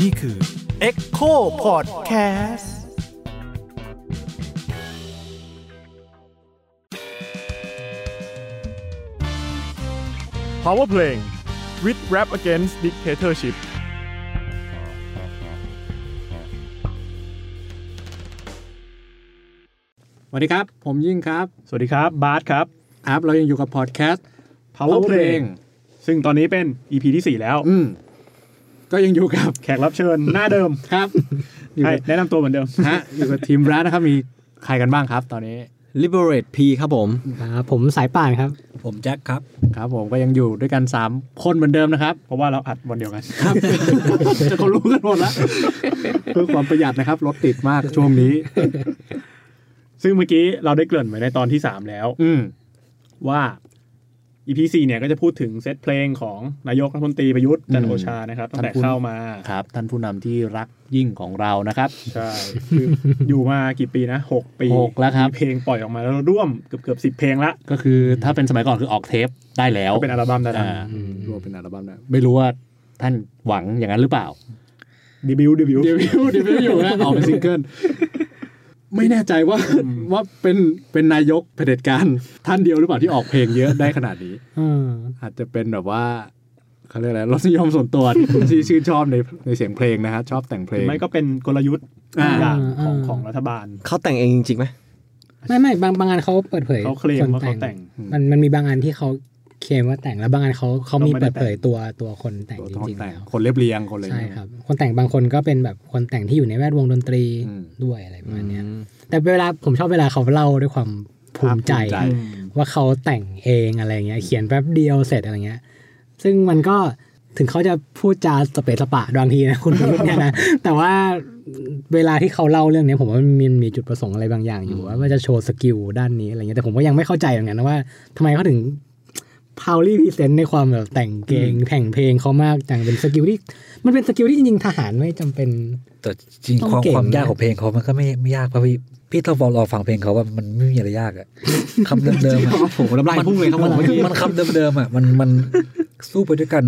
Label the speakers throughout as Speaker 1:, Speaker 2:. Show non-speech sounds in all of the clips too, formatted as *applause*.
Speaker 1: นี่คือ Echo Podcast
Speaker 2: พาวเวอร์เพลง with rap against dictatorship
Speaker 3: สวัสดีครับ ผมยิ่งครับ
Speaker 2: สวัสดีครับ บาสครับ
Speaker 3: ครับเรายังอยู่กับพอดแคสต์
Speaker 2: Power Playing ซึ่งตอนนี้เป็น EP ที่ 4 แล้ว
Speaker 3: อืม ก็ยังอยู่กับ
Speaker 2: แขกรับเชิญ หน้าเดิม
Speaker 3: ครับ อยู่
Speaker 2: ใช่
Speaker 3: กับ
Speaker 2: แนะนำตัวเหมือนเดิม
Speaker 3: *laughs* ฮะอยู่กับทีมร้านนะครับ มีใครกันบ้างครับ ตอนนี้
Speaker 4: Liberate P ครับผม
Speaker 5: ครับผมสายป่านครับ
Speaker 4: ผมแจ็คครับ
Speaker 3: ครับ ผมก็ยังอยู่ด้วยกันสามคนเหมือนเดิมนะครับ
Speaker 2: เพราะว่าเราอัดวันเดียวกัน *laughs*
Speaker 3: ครับ จะคนรู้กันหมดละเพื่อความประหยัดนะครับรถติดมากช่วงนี้
Speaker 2: ซึ่งเมื่อกี้เราได้เกริ่นไว้ในตอนที่ 3 แล้ว
Speaker 3: อืม
Speaker 2: ว่า EP 4เนี่ยก็จะพูดถึงเซตเพลงของนายกรัฐมนตรีประยุทธ์จันทร์โอชานะครับตั้งแต่เข้ามา
Speaker 3: ครับ ท่านผู้นำที่รักยิ่งของเรานะครับ
Speaker 2: ใช่คืออยู่มากี่ปีนะ 6 ปี
Speaker 3: หกแล้วครับ
Speaker 2: มีเพลงปล่อยออกมาแล้วร่วมเกือบเกือบสิบเพลงละ
Speaker 3: ก็คือถ้าเป็นสมัยก่อนคือออกเทปได้แล้ว
Speaker 2: ก็เป็นอัลบั้มดัง
Speaker 3: อ่ารวมเป็นอัลบั้มนะไม่รู้ว่าท่านหวังอย่างนั้นหรือเปล่า
Speaker 2: ๆดีบิวดีบิว
Speaker 3: เดี๋ยวอยู่เดี๋ยวอยู่นะออก *laughs* เป็นซิงเกิลไม่แน่ใจว่าว่าเป็นเป็นนายกเผด็จการท่านเดียวหรือเปล่าที่ออกเพลงเยอะได้ขนาดนี้
Speaker 5: อืม
Speaker 3: อาจจะเป็นแบบว่าเขาเรียกอะไรรสนิยมส่วนตัวที่ที่ชื่นชอบในในเสียงเพลงนะฮะชอบแต่งเพล
Speaker 2: หรื
Speaker 3: ง
Speaker 2: อไม่ก็เป็นกลยุทธ์
Speaker 3: อ่า
Speaker 2: อย่างของของรัฐบาล
Speaker 4: เขาแต่งเองจริงๆไหม
Speaker 5: ไม่ไม่บางบางงานเขาเปิดเผย
Speaker 2: เขาเคลม
Speaker 5: น
Speaker 2: ว่าเขาแต่ง
Speaker 5: มันมันมีบางงานที่เขาเคลมว่าแต่งแล้วบางงานเขาเขามี
Speaker 2: เราไม่ได้
Speaker 5: เปิดเผย
Speaker 2: แต่ง
Speaker 5: ตัวตัวคนแต่ง
Speaker 3: ตัว
Speaker 5: จ
Speaker 3: ท่อน
Speaker 5: ริงๆ
Speaker 3: แต่ง
Speaker 5: แล้ว
Speaker 3: คนเรียบเรียงคนเลย
Speaker 5: ใช่ครับ คนแต่งบางคนก็เป็นแบบคนแต่งที่อยู่ในแวดวงดนตรี
Speaker 3: อืม
Speaker 5: ด้วยอะไรประมาณเนี้ยแต่เวลาผมชอบเวลาเขาเล่าด้วยความภูมิใจ
Speaker 3: ภาคภูมิใจ
Speaker 5: ว่าเขาแต่งเองอะไรเงี้ย เขียนแป๊บเดียวเสร็จอะไรเงี้ย ซึ่งมันก็ถึงเขาจะพูดจาสเปะสปะบางทีนะ คุณประยุทธ์เนี่ยนะ *laughs* แต่ว่าเวลาที่เขาเล่าเรื่องเนี้ยผมว่ามันมีมีจุดประสงค์อะไรบางอย่างอยู่ว่าว่าจะโชว์สกิลด้านนี้อะไรเงี้ยแต่ผมก็ยังไม่เข้าใจเหมือนกันนะว่าทำไมเขาถึงพาวลี่พรีเซนต์ในความแบบแต่งเกงแต่งเพลงเขามากแต่งเป็นสกิลที่ มันเป็นสกิลที่จริงๆทหารไม่จำเป็น
Speaker 4: แต่จริง
Speaker 5: ต้อง
Speaker 4: ความ
Speaker 5: เก่ง
Speaker 4: ความยาก
Speaker 5: นะ
Speaker 4: ของเพลงเขามันก็ไม่ไม่ยากเพราะพี่พี่ต้องลองฟังเพลงเขาว่ามันไม่มีอะไรยากอะ คำเดิมๆอะ
Speaker 3: ผมน้ำลายพุ่งเลยครับผม
Speaker 4: มันมันคำเดิมๆอะมันมันสู้ไปด้วยกัน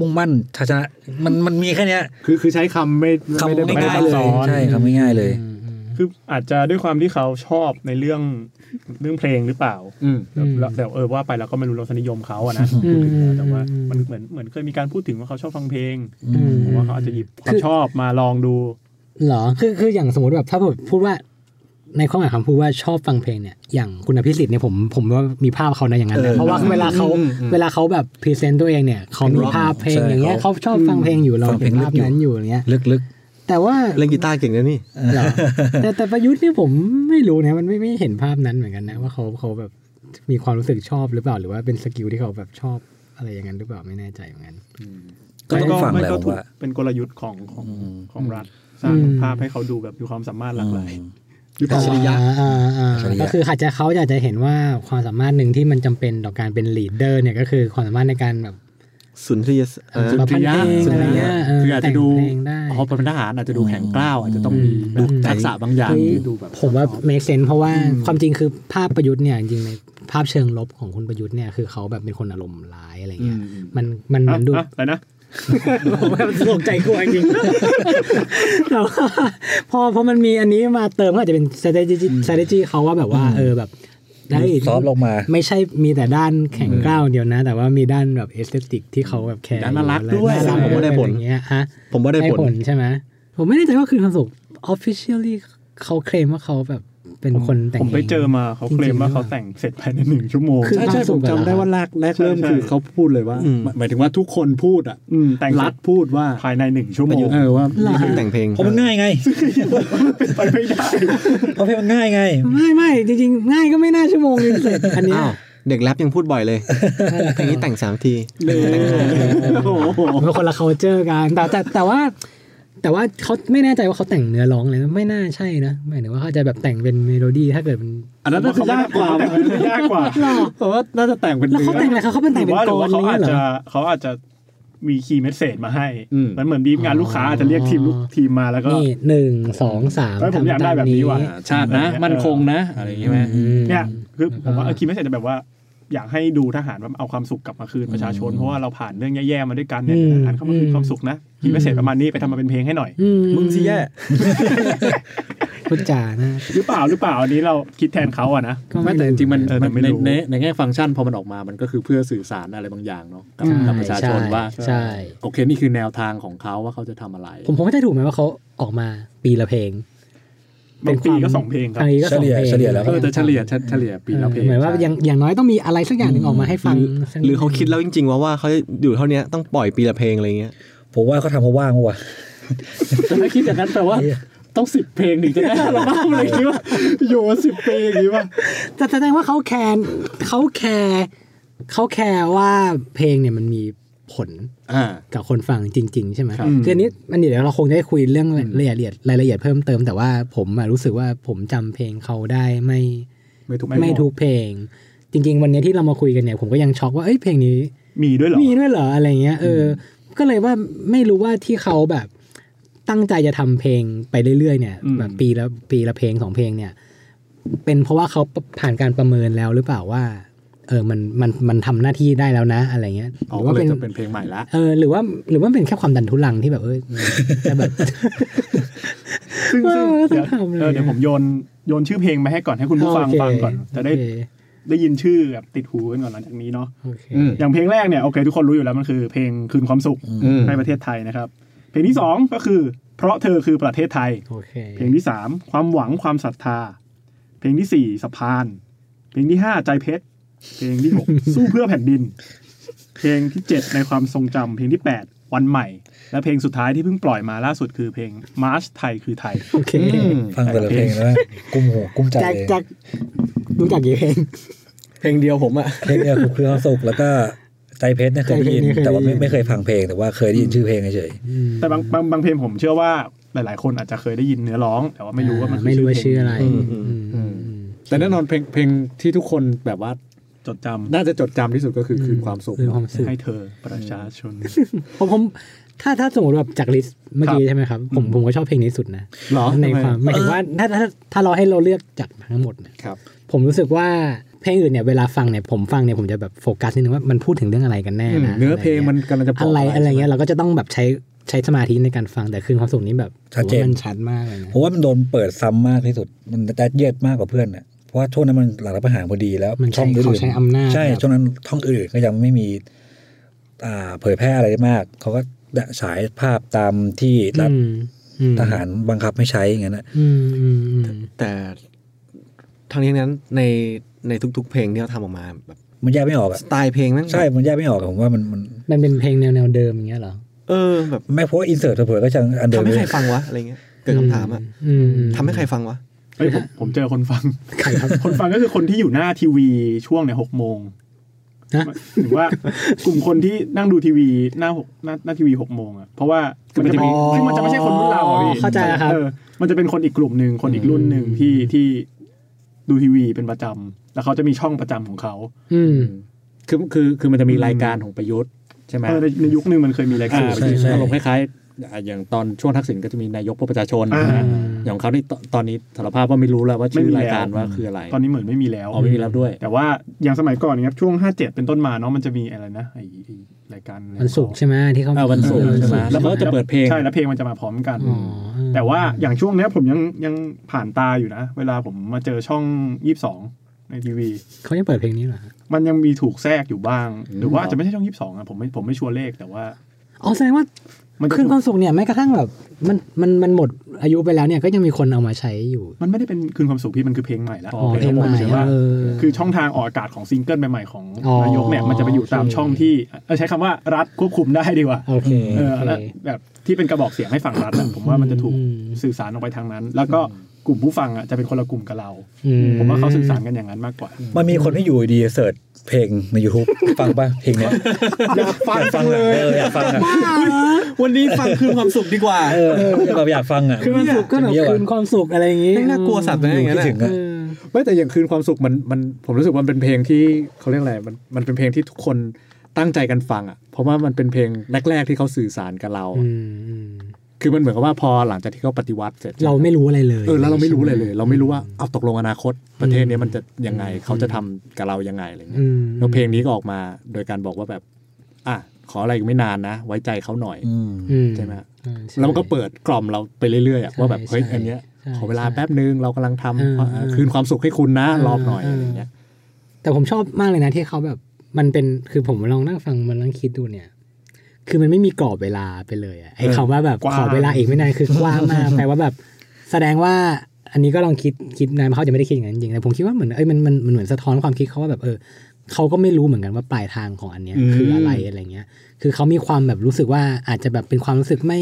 Speaker 4: มุ่งมั่นชาชนะมันมันมีแค่เนี้ย
Speaker 3: คือคือใช้คำไม่ไม่
Speaker 4: คำ
Speaker 3: ได้
Speaker 4: ง่ายๆ
Speaker 3: ซับ
Speaker 4: เลย
Speaker 3: ซ้อน
Speaker 4: ใช่คำง่ายๆเลย
Speaker 2: คืออาจจะด้วยความที่เขาชอบในเรื่องเรื่องเพลงหรือเปล่า
Speaker 3: อืม
Speaker 5: อืม
Speaker 2: แล้วแต่เออว่าไปเราก็ไม่รู้รสนิยมเขาอะนะ
Speaker 5: อืม
Speaker 2: แต่ว่ามันเหมือนเหมือนเคยมีการพูดถึงว่าเขาชอบฟังเพลง
Speaker 5: อืม
Speaker 2: ผมว่าเขาอาจจะหยิบความชอบมาลองดู
Speaker 5: เหรอ คือ คือ อย่างสมมติแบบ ถ้าผมพูดว่า ในความหมายคำพูดว่าชอบฟังเพลงเนี่ย อย่างคุณอภิสิทธิ์เนี่ย ผม ผมว่ามีภาพเขานะอย่างนั้นนะ
Speaker 3: เออ
Speaker 5: เพราะว่าเวลาเขา
Speaker 3: อืมอืม
Speaker 5: เวลาเขาแบบพรีเซนต์ตัวเองเนี่ย เขามีภาพเพลง
Speaker 4: ใช่
Speaker 5: อย่างเงี้ย เขาชอบฟังเพลงอยู่ เรา
Speaker 4: ฟังเพล
Speaker 5: เห็
Speaker 4: ง
Speaker 5: น
Speaker 4: ลึก
Speaker 5: ภาพ
Speaker 4: อยู่
Speaker 5: นั้นอยู่อย่างเงี้ย
Speaker 4: ลึก
Speaker 5: แต่ว่า
Speaker 6: เล่นกีตาร์เก่งนะนี่
Speaker 5: เหรอแต่แต่ประยุทธ์เนี่ยผมไม่รู้นะ มันไม่ไม่เห็นภาพนั้นเหมือนกันนะ ว่าเขาเขาแบบ มีความรู้สึกชอบหรือเปล่า หรือว่าเป็นสกิลที่เขาแบบชอบอะไรอย่างนั้นหรือเปล่า ไม่แน่ใจเหมือนกัน
Speaker 4: ๆ ก็ต้องฟัง
Speaker 2: ไม่
Speaker 4: แหละ
Speaker 2: ก็
Speaker 4: ผม
Speaker 2: ถูก
Speaker 4: ว่า
Speaker 2: เป็นกลยุทธ์ของของ
Speaker 4: อืม
Speaker 2: ของรัฐสร้าง
Speaker 5: อืม
Speaker 2: ภาพให้เขาดูแบบมีความสามารถหลากหลาย
Speaker 3: ยุทธ
Speaker 5: อัจ
Speaker 3: ศาสตร์
Speaker 5: ฉริยะก็คืออาจจะเขาอยากจะเห็นว่าความสามารถหนึ่งที่มันจำเป็นต่อการเป็นลีดเดอร์เนี่ยก็คือความสามารถในการแบบ
Speaker 6: สุนทรียสเอ่อ
Speaker 5: ประพันธ์เพลงอะไรเงี้ยเ
Speaker 3: คืออาจจะดู
Speaker 5: แต่งเพลงได้
Speaker 3: อ๋อเป็นทหารอาจจะดูแข็งกล้าวอาจจะต้องมีแบบทักษะบางอย่าง
Speaker 5: เฮ้ย
Speaker 3: ที่ดูแบบ
Speaker 5: ผมว่า make sense เพราะว่าความจริงคือภาพประยุทธ์เนี่ยจริงๆในภาพเชิงลบของคุณประยุทธ์เนี่ยคือเขาแบบเป็นคนอารมณ์ร้ายอะไรเงี้ย
Speaker 3: อืม
Speaker 5: มันมัน
Speaker 2: อะ
Speaker 5: มันดู
Speaker 2: อะอะไรนะ
Speaker 5: ผมว่ามันตลกใจกลัวจริงๆแต่ว่าพอพอมันมีอันนี้มาเติมก็อาจจะเป็น strategy strategy เขาว่าแบบว่า เออแบบได้
Speaker 4: ดูซอฟต์ลงมา
Speaker 5: *laughs* ไม่ใช่มีแต่ด้านแข็งกร้าวเดียวนะ แต่ว่ามีด้านแบบเอสเตติกที่เขาแบบแคร์
Speaker 3: ด้านน่ารักด้วย
Speaker 5: น่ารัก
Speaker 6: ผมว่าได้ผล
Speaker 5: อย่างเงี้ยฮะ
Speaker 6: ผมว่าได้
Speaker 5: ได้
Speaker 6: ผล
Speaker 5: ผลใช่ไหมผมไม่แน่ใจว่าคือความสุข officially เขาเคลมว่าเขาแบบเป็นคนแต่ง
Speaker 2: ผมไปเจอ
Speaker 5: อง
Speaker 2: มาเขาเคล
Speaker 5: จริ
Speaker 2: ม
Speaker 5: งๆ
Speaker 2: ว่าเขาแต่งเสร็จภายในหนึ่งชั่วโมง
Speaker 5: คือ
Speaker 3: ใช่ใช่ผมจำได้ว่าแรกแรกเริ่ม
Speaker 2: ใช่ใช่
Speaker 3: คือเขาพูดเลยว่า
Speaker 6: อืม
Speaker 3: หมายถึงว่าทุกคนพูดอ่ะ
Speaker 2: อืมแต่งเส
Speaker 3: รั
Speaker 2: ร็จ
Speaker 3: ฐพูดว่า
Speaker 2: ภายในหนึ่งชั่วโมง
Speaker 3: เออว่า
Speaker 5: หรอ
Speaker 6: มีคนแต่งเพลง
Speaker 4: เพราะมันง่ายไง
Speaker 2: ไปไม่ได้
Speaker 4: เพราะเพลงมันง่ายไง
Speaker 5: ไม่ไม่จริงๆ ง่ายก็ไม่น่าชั่วโมงนึงเสร็จอันเนี้ย
Speaker 6: อ้าว เด็กแรปยังพูดบ่อย *laughs* เลยเพลงนี้แต่งสามที
Speaker 3: โอ้โห
Speaker 5: มันคนละ culture กันแต่แต่แต่ว่า แต่ว่าเขาไม่แน่ใจว่าเขาแต่งเนื้อร้องเลยนะไม่น่าใช่นะหมายถึงว่าเขาจะแบบแต่งเป็นเมโลดี้ถ้าเกิดมัน
Speaker 3: อันนั้นน่าจะยากกว่า
Speaker 2: แต่งยากกว่า
Speaker 3: เพราะว่าน่าจะแต่งเป็น
Speaker 5: แล้ว
Speaker 3: เนื้
Speaker 5: เขา
Speaker 3: อ
Speaker 5: แต่งอะไรเขาเขาเป็นแต่ง
Speaker 2: หรื
Speaker 5: เป็น
Speaker 2: ว่าห
Speaker 5: ก
Speaker 2: รือ
Speaker 5: ล
Speaker 2: ว่าเขาอา
Speaker 5: อน
Speaker 2: จ
Speaker 5: เหร
Speaker 2: จะ
Speaker 5: อ
Speaker 2: เขาอาจจะมีคีย์เมสเซจมาให้
Speaker 3: อืม
Speaker 2: มันเหมือนบีฟงานลูกค้าอาจจะเรียกทีมลูกทีมมาแล้วก็
Speaker 5: นี่หนึ่งสองสาม
Speaker 2: เอ้ยผมอยากได้แบบนี้ว่ะ
Speaker 3: ชาตินะ มั่นคงนะ อะไรอย่างงี้ไหม
Speaker 5: อืม
Speaker 2: เนี่ยคือผมว่าคีย์เมสเซจจะแบบว่า อยากให้ดูทหารแบบเอาความสุขกลับมาคืนประชาชน
Speaker 4: อืม
Speaker 2: เพราะว่าเราผ่านเรื่องแย่ๆมาด้วยกันเนี่ย
Speaker 5: อืม
Speaker 2: ทหารเข้ามาคืนความสุขนะขีพิเศษประมาณนี้ไปทำมาเป็นเพลงให้หน่อย
Speaker 5: อื
Speaker 6: มึงสิแย่
Speaker 5: พูดจานะ
Speaker 2: หรือเปล่าหรือเปล่าอันนี้เราคิดแทนเขาอะนะ
Speaker 5: ก็
Speaker 3: ไม่
Speaker 5: ไม่
Speaker 3: แต่จริงๆมัน
Speaker 2: เออแต่
Speaker 3: มัน
Speaker 2: ไม่
Speaker 3: ใน
Speaker 2: รู้
Speaker 3: ในในแง่ฟังก์ชันพอมันออกมามันก็คือเพื่อสื่อสารอะไรบางอย่างเนาะกับ
Speaker 5: ใช่
Speaker 3: กับประชาชน
Speaker 5: ใ
Speaker 3: ว่า
Speaker 5: ใช่
Speaker 3: โอเค นี่คือแนวทางของเขาว่าเขาจะทำอะไร
Speaker 5: ผมผมไม่ได้ถูกไหมว่าเขาออกมาปีละเพลง
Speaker 2: บางปี
Speaker 5: วม
Speaker 2: ก็สองเพลงครับ
Speaker 5: างปีก็สองพง
Speaker 4: เฉลี่ยเฉลี่ยแล้ว
Speaker 3: เออแต่เฉลี่ยเฉเฉลี่ยปีละเพลง
Speaker 5: เหมือนว่า
Speaker 3: ใช่
Speaker 5: อย่างอย่างน้อยต้องมีอะไรสักอย่างหนึ่งออกมาให้ฟังสัก
Speaker 6: หรือเขาคิดแล้วจริง ๆ ว่าว่าเขาอยู่เท่าเนี้ยต้องปล่อยปีละเพลงอะไรเงี้ย
Speaker 4: ผมว่าเขาทำเพราะว่างว่ะ
Speaker 3: แต่ถ้าคิดอย่างนั้นแปลว่าต้องสิบเพลงถึงจะได้อัลบั้มอะไรอย่างงี้ว่าอยู่สิบเพลงอย่างงี้ว่า
Speaker 5: แต่แสดงว่าเขาแคร์เขาแคร์เขาแคร์ว่าเพลงเนี่ยมันมีผล
Speaker 3: อ่า
Speaker 5: กับคนฟังจริง ๆ ใช่ไหม
Speaker 3: ครับ
Speaker 5: คืออันนี้อันนี้เดี๋ยวเราคงได้คุยเรื่องรายละเอียดรายละเอียดเพิ่มเติมแต่ว่าผมอะรู้สึกว่าผมจำเพลงเขาได้ไม่
Speaker 2: ไม่ถูก
Speaker 5: ไม่ทุกเพลง จริง ๆ วันนี้ที่เรามาคุยกันเนี่ยผมก็ยังช็อกว่าเอ้ยเพลงนี้
Speaker 2: มีด้วยเหรอ
Speaker 5: มีด้วยเหรออะไรเงี้ยเอออก็เลยว่าไม่รู้ว่าที่เขาแบบตั้งใจจะทำเพลงไปเรื่อยๆเนี่ย
Speaker 2: อืม
Speaker 5: แบบปีละปีละเพลงสองเพลงเนี่ย เป็นเพราะว่าเขาผ่านการประเมินแล้วหรือเปล่าว่า เออมันมันมันทำหน้าที่ได้แล้วนะอะไรเงี้ยห
Speaker 3: อ๋อ
Speaker 5: รือ
Speaker 3: ก็
Speaker 5: ว่า
Speaker 3: เล
Speaker 5: เป็
Speaker 3: ย
Speaker 5: น
Speaker 3: จะเป็นเพลงใหม่ละ
Speaker 5: เออหรือว่าหรือว่าเป็นแค่ความดันทุลังที่แบบเออจะแบบ
Speaker 2: ซึ่งซึ่ง
Speaker 5: เออ
Speaker 2: เดี๋ยว
Speaker 5: ต้องทำเลย
Speaker 2: เออเดี๋ยวผมโยนโยนชื่อเพลงมาให้ก่อนให้คุณผู้ฟัง
Speaker 5: โอเค
Speaker 2: ฟังก่อน จะได้
Speaker 5: โอเค
Speaker 2: ได้ยินชื่อแบบติดหูกันก่อนหลังจากนี้เนาะ
Speaker 5: โอเค
Speaker 3: อืม
Speaker 2: อย่างเพลงแรกเนี่ยโอเคทุกคนรู้อยู่แล้วมันคือเพลงคืนความสุข
Speaker 3: อืม
Speaker 2: ในประเทศไทยนะครับ เพลงที่สองก็คือเพราะเธอคือประเทศไทย
Speaker 5: โอเค
Speaker 2: เพลงที่สามความหวังความศรัทธา เพลงที่สี่สะพาน เพลงที่ห้าใจเพชร เพลงที่หก สู้เพื่อแผ่นดิน เพลงที่เจ็ดในความทรงจำเพลงที่แปดวันใหม่ และเพลงสุดท้ายที่เพิ่งปล่อยมาล่าสุดคือเพลงมาร์ชไทยคือไทย
Speaker 5: โอเค
Speaker 3: อืม
Speaker 4: ฟังแต่ละเพลงแล้วกุมหัวกุมใจ
Speaker 5: จาก
Speaker 4: เลย
Speaker 5: จากรู้จักกี่เพลง
Speaker 6: เพลงเดียวผมอะ
Speaker 4: เพลงเนี่ยคือเพื่อความสุขแล้วก็ใจเพชรเนะเคยได้ยิน
Speaker 5: ใจเพชรเนี่ยเคยได้ยิน
Speaker 4: แต่ว่าไม่ไม่เคยฟังเพลงแต่ว่าเคยได้ยินชื่อเพลงเฉย
Speaker 2: แต่บางบางบางเพลงผมเชื่อว่าหลาย ๆ คนอาจจะเคยได้ยินเนื้อร้อง แต่ว่าไม่รู้ว่ามัน
Speaker 5: อ่ไม่รู้ว่าชื่ออะไร
Speaker 2: เพลง
Speaker 5: อืมอืมอืม
Speaker 3: แต่แน่นอนเพลงเพลงที่ทุกคนแบบว่า
Speaker 2: จดจำ
Speaker 3: น่าจะจดจำที่สุดก็คือคืนความสุข
Speaker 5: คือความสุข
Speaker 2: ให้เธอประชาชน
Speaker 5: ผมผมถ้าถ้าสมมติแบบจากลิสต์เมื่อกี้ใช่ไหมครับ ผมผมก็ชอบเพลงนี้สุดนะ
Speaker 3: เหรอ
Speaker 5: ในความหมายถึงว่าถ้าถ้าถ้าเราให้เราเลือกจากทั้งหมดเนี่ย
Speaker 3: ครับ
Speaker 5: ผมรู้สึกว่าเพลงอื่นเนี่ยเวลาฟังเนี่ยผมฟังเนี่ยผมจะแบบโฟกัสนิดนึงว่ามันพูดถึงเรื่องอะไรกันแน่นะ
Speaker 3: อืมเนื้อเพลงมันกำลังจะบอก
Speaker 5: อะไร
Speaker 3: อะไร
Speaker 5: อะไร
Speaker 3: ใช่
Speaker 5: เงี้ย
Speaker 3: ไหม
Speaker 5: เราก็จะต้องแบบใช้ใช้สมาธิในการฟังแต่คืนความสุขนี้แบบ
Speaker 4: ชัดเจ
Speaker 5: ผม
Speaker 4: น
Speaker 5: ว่ามันชัดมากเลยนะ
Speaker 4: เพราะว่ามันโดนเปิดซ้ำมากที่สุด มันจะเยียดมากกว่าเพื่อนอ่ะเพราะว่าช่วงนั้นมันหลังรับประหารพอดีแล้ว
Speaker 5: มันใช้
Speaker 4: ช่อง
Speaker 5: เขา
Speaker 4: อื่น
Speaker 5: ใช้อำนาจ
Speaker 4: ใช่
Speaker 5: แบบ
Speaker 4: ช่วงนั้นท่องอื่นก็ยังไม่มี อ่า เผยแพร่อะไรมากเขาก็ฉายภาพตามที่รัฐ
Speaker 5: อืมอืม
Speaker 4: ทหารบังคับไม่ใช้อย่างนั้นนะ
Speaker 5: อืมอืมอืม
Speaker 6: แต่ทั้งนี้ทั้งนั้นในในทุก ๆ เพลงที่เขาทำออกมาแบบ
Speaker 4: มันแยกไม่ออกอะ
Speaker 6: สไตล์เพลงแม่ง
Speaker 4: ใช่ มันแยกไม่ออกอะผมว่ามันมัน
Speaker 5: มันเป็นเพลงแนวแนวเดิมอย่างเงี้ยเหรอ
Speaker 6: เออแบบ
Speaker 4: แม้เพราะอินเสิร์ตเผลอๆก็จะอันเดิม
Speaker 6: ทำให้ใคร
Speaker 4: เลย
Speaker 6: ฟังวะอะไรเงี้ยเกิดคำถามอะ
Speaker 5: อืม
Speaker 6: ทำให้ใครฟังวะ
Speaker 2: เฮ้ยผมผมเจอคนฟัง *laughs*
Speaker 5: ใครครับ
Speaker 2: คนฟังก็คือคนที่อยู่หน้าทีวีช่วงเนี่ยหกโมง
Speaker 5: ฮะ
Speaker 2: หรือว่ากลุ่มคนที่นั่งดูทีวีหน้าหกหน้าหน้าทีวีหกโมงอ่ะเพราะว่ามันจะมีซึ่งมันจะไม่ใช่คนรุ่นเราอะพี่
Speaker 5: เข้าใจแล้วครับ
Speaker 2: เออมันจะเป็นคนอีกกลุ่มหนึ่งคนอีกรุ่นหนึ่งที่ที่ดูทีวีเป็นประจำแล้วเขาจะมีช่องประจำของเขา
Speaker 5: อืม
Speaker 3: คือคือคือมันจะมีรายการของประยุทธ์ใช่ไหม
Speaker 2: เออในในยุคหนึ่งมันเคยมีรายการ
Speaker 3: อ่า
Speaker 4: ใช่ใช่
Speaker 3: อารมณ์คล้ายๆอ่าอย่างตอนช่วงทักษิณก็จะมีนายกพบประชาชน
Speaker 2: อ่า
Speaker 3: นะอย่างของเขานี่ตตอนนี้สารภาพว่าไม่รู้แล้วว่าชื่อ
Speaker 2: ไม่มี
Speaker 3: รายการ
Speaker 2: แล้ว
Speaker 3: ว่าคืออะไร
Speaker 2: ตอนนี้เหมือนไม่มีแล้ว
Speaker 3: อ๋อไม่มีแล้วด้วย
Speaker 2: แต่ว่าอย่างสมัยก่อนเนยครับช่วงห้าเจ็ดเป็นต้นมาเนาะมันจะมีอะไรนะไอ้ไอ้รายการ
Speaker 5: วันศุกร์ใช่ไหมที่เขา
Speaker 3: อ่าวันศุกร์
Speaker 5: เออ
Speaker 3: ใช่ไหมแล้วก็ จะเปิดเพลง
Speaker 2: ใช่แล้วเพลงมันจะมาพร้อมกัน
Speaker 5: อ๋อเออ
Speaker 2: แต่ว่าอย่างช่วงเนี้ยผมยังยังผ่านตาอยู่นะ เวลาผมมาเจอช่องยี่สองในทีวี
Speaker 5: เขายังเปิดเพลงนี้เหรอ
Speaker 2: มันยังมีถูกแทรกอยู่บ้าง หรือว่าอาจจะไม่ใช่ช่องยี่สองอะผมไม่ผมไม่ชัวร์เลขแต่ว่า
Speaker 5: อ๋อแสดงว่า
Speaker 2: มันจะ
Speaker 5: คืนความสุขเนี่ยแม้กระทั่งแบบมันมันมันหมดอายุไปแล้วเนี่ยก็ยังมีคนเอามาใช้อยู่
Speaker 2: มันไม่ได้เป็นคืนความสุขพี่มันคือเพลงใหม่ละ
Speaker 3: อ๋อ
Speaker 5: เพลงใหม่
Speaker 2: ผมถือว่า
Speaker 5: เออ
Speaker 2: คือช่องทางออกอากาศของซิงเกิลใหม่ๆของ
Speaker 5: อ๋อน
Speaker 2: ายกเนี่ยมันจะไปอยู่ตาม
Speaker 5: โอเค
Speaker 2: ช่องที่เออใช้คำว่ารัฐควบคุมได้ดีกว่า
Speaker 5: โอเค
Speaker 2: เออ
Speaker 5: โอเค
Speaker 2: แล้วแบบที่เป็นกระบอกเสียงให้ฝั่งรัฐอะ ผมว่ามันจะถูก
Speaker 5: อืม
Speaker 2: สื่อสารออกไปทางนั้น แล้วก็กลุ่มผู้ฟังอะจะเป็นคนละกลุ่มกับเรา
Speaker 5: อืม
Speaker 2: ผมว่าเขาสื่อสารกันอย่างนั้นมากกว่า
Speaker 4: มันมีคนที่อยู่ดีๆเสิร์ชเพลงใน YouTube ฟังป่ะเพลงเนี้ยอยากฟังฟังเลยอยากฟังอะ
Speaker 6: วันนี้ฟังคืนความสุขดีกว่า
Speaker 4: เออแบบอยากฟังอะ
Speaker 5: คืนความสุขก็แบบ
Speaker 4: อย่างเงี้ย
Speaker 5: คืน
Speaker 4: ว่ะ
Speaker 5: ความสุขอะไรอย่างงี้
Speaker 6: แม่งน่ากลัวสัตว์นะอย่างเงี้ย
Speaker 4: คิด
Speaker 6: นะ
Speaker 4: ถึงอะ
Speaker 5: เออ
Speaker 3: ไม่แต่อย่างคืนความสุขมันมันผมรู้สึกว่ามันเป็นเพลงที่เขาเรียกอะไรมันมันเป็นเพลงที่ทุกคนตั้งใจกันฟังอ่ะเพราะว่ามันเป็นเพลงแรก ๆ ที่เขาสื่อสารกับเรา
Speaker 5: อื
Speaker 3: อะ
Speaker 5: มอืม
Speaker 3: คือมันเหมือนกับว่าพอหลังจากที่เขาปฏิวัติเสร็จ
Speaker 5: เราไม่รู้อะไรเลย
Speaker 3: เออแล้วเราไม่รู้เลยเลย เราไม่รู้ว่าเอาตกลงอนาคต ประเทศเนี้ยมันจะยังไงเขาจะทำกับเรายังไงอะไรเงี้ย
Speaker 5: อืม
Speaker 3: แล้วเพลงนี้ก็ออกมาโดยการบอกว่าแบบ อ่ะขออะไรอีกไม่นานนะ ไว้ใจเขาหน่อย
Speaker 4: อืม
Speaker 5: อื
Speaker 3: ใช่ไหมฮะ
Speaker 5: อื
Speaker 3: แล้วมันก็เปิดกล่อมเราไปเรื่อยๆอะ
Speaker 5: ใช่
Speaker 3: ว่าแบบเฮ้ย
Speaker 5: ใช่
Speaker 3: อันเนี้ย
Speaker 5: ใช่
Speaker 3: ขอเวลา
Speaker 5: ใช่
Speaker 3: แป๊บนึงเรากำลังทำ
Speaker 5: เออเออ
Speaker 3: คืนความสุขให้คุณนะรอหน่อย
Speaker 5: เออ
Speaker 3: อะ
Speaker 5: อ
Speaker 3: ไรเงี้ย
Speaker 5: แต่ผมชอบมากเลยนะที่เขาแบบมันเป็นคือผมลองนั่งฟังมันนั่งคิดดูเนี่ย คือมันไม่มีกรอบเวลาไปเลยอะไอ้
Speaker 3: เออ
Speaker 5: คำว่าแบบ
Speaker 2: กว้าง
Speaker 5: ขอเวลาอีกไม่นานคือกว้างมาก แปลว่าแบบ แสดงว่าอันนี้ก็ลองคิดคิดนะเขาจะไม่ได้คิดอย่างนั้นจริงแต่ผมคิดว่าเหมือนเอ้ยมันมันมันเหมือนสะท้อนความคิดเขาว่าแบบเออเขาก็ไม่รู้เหมือนกันว่าปลายทางของอันเนี้ย
Speaker 3: อืม
Speaker 5: คืออะไรอะไรเงี้ย คือเขามีความแบบรู้สึกว่าอาจจะแบบเป็นความรู้สึกไม่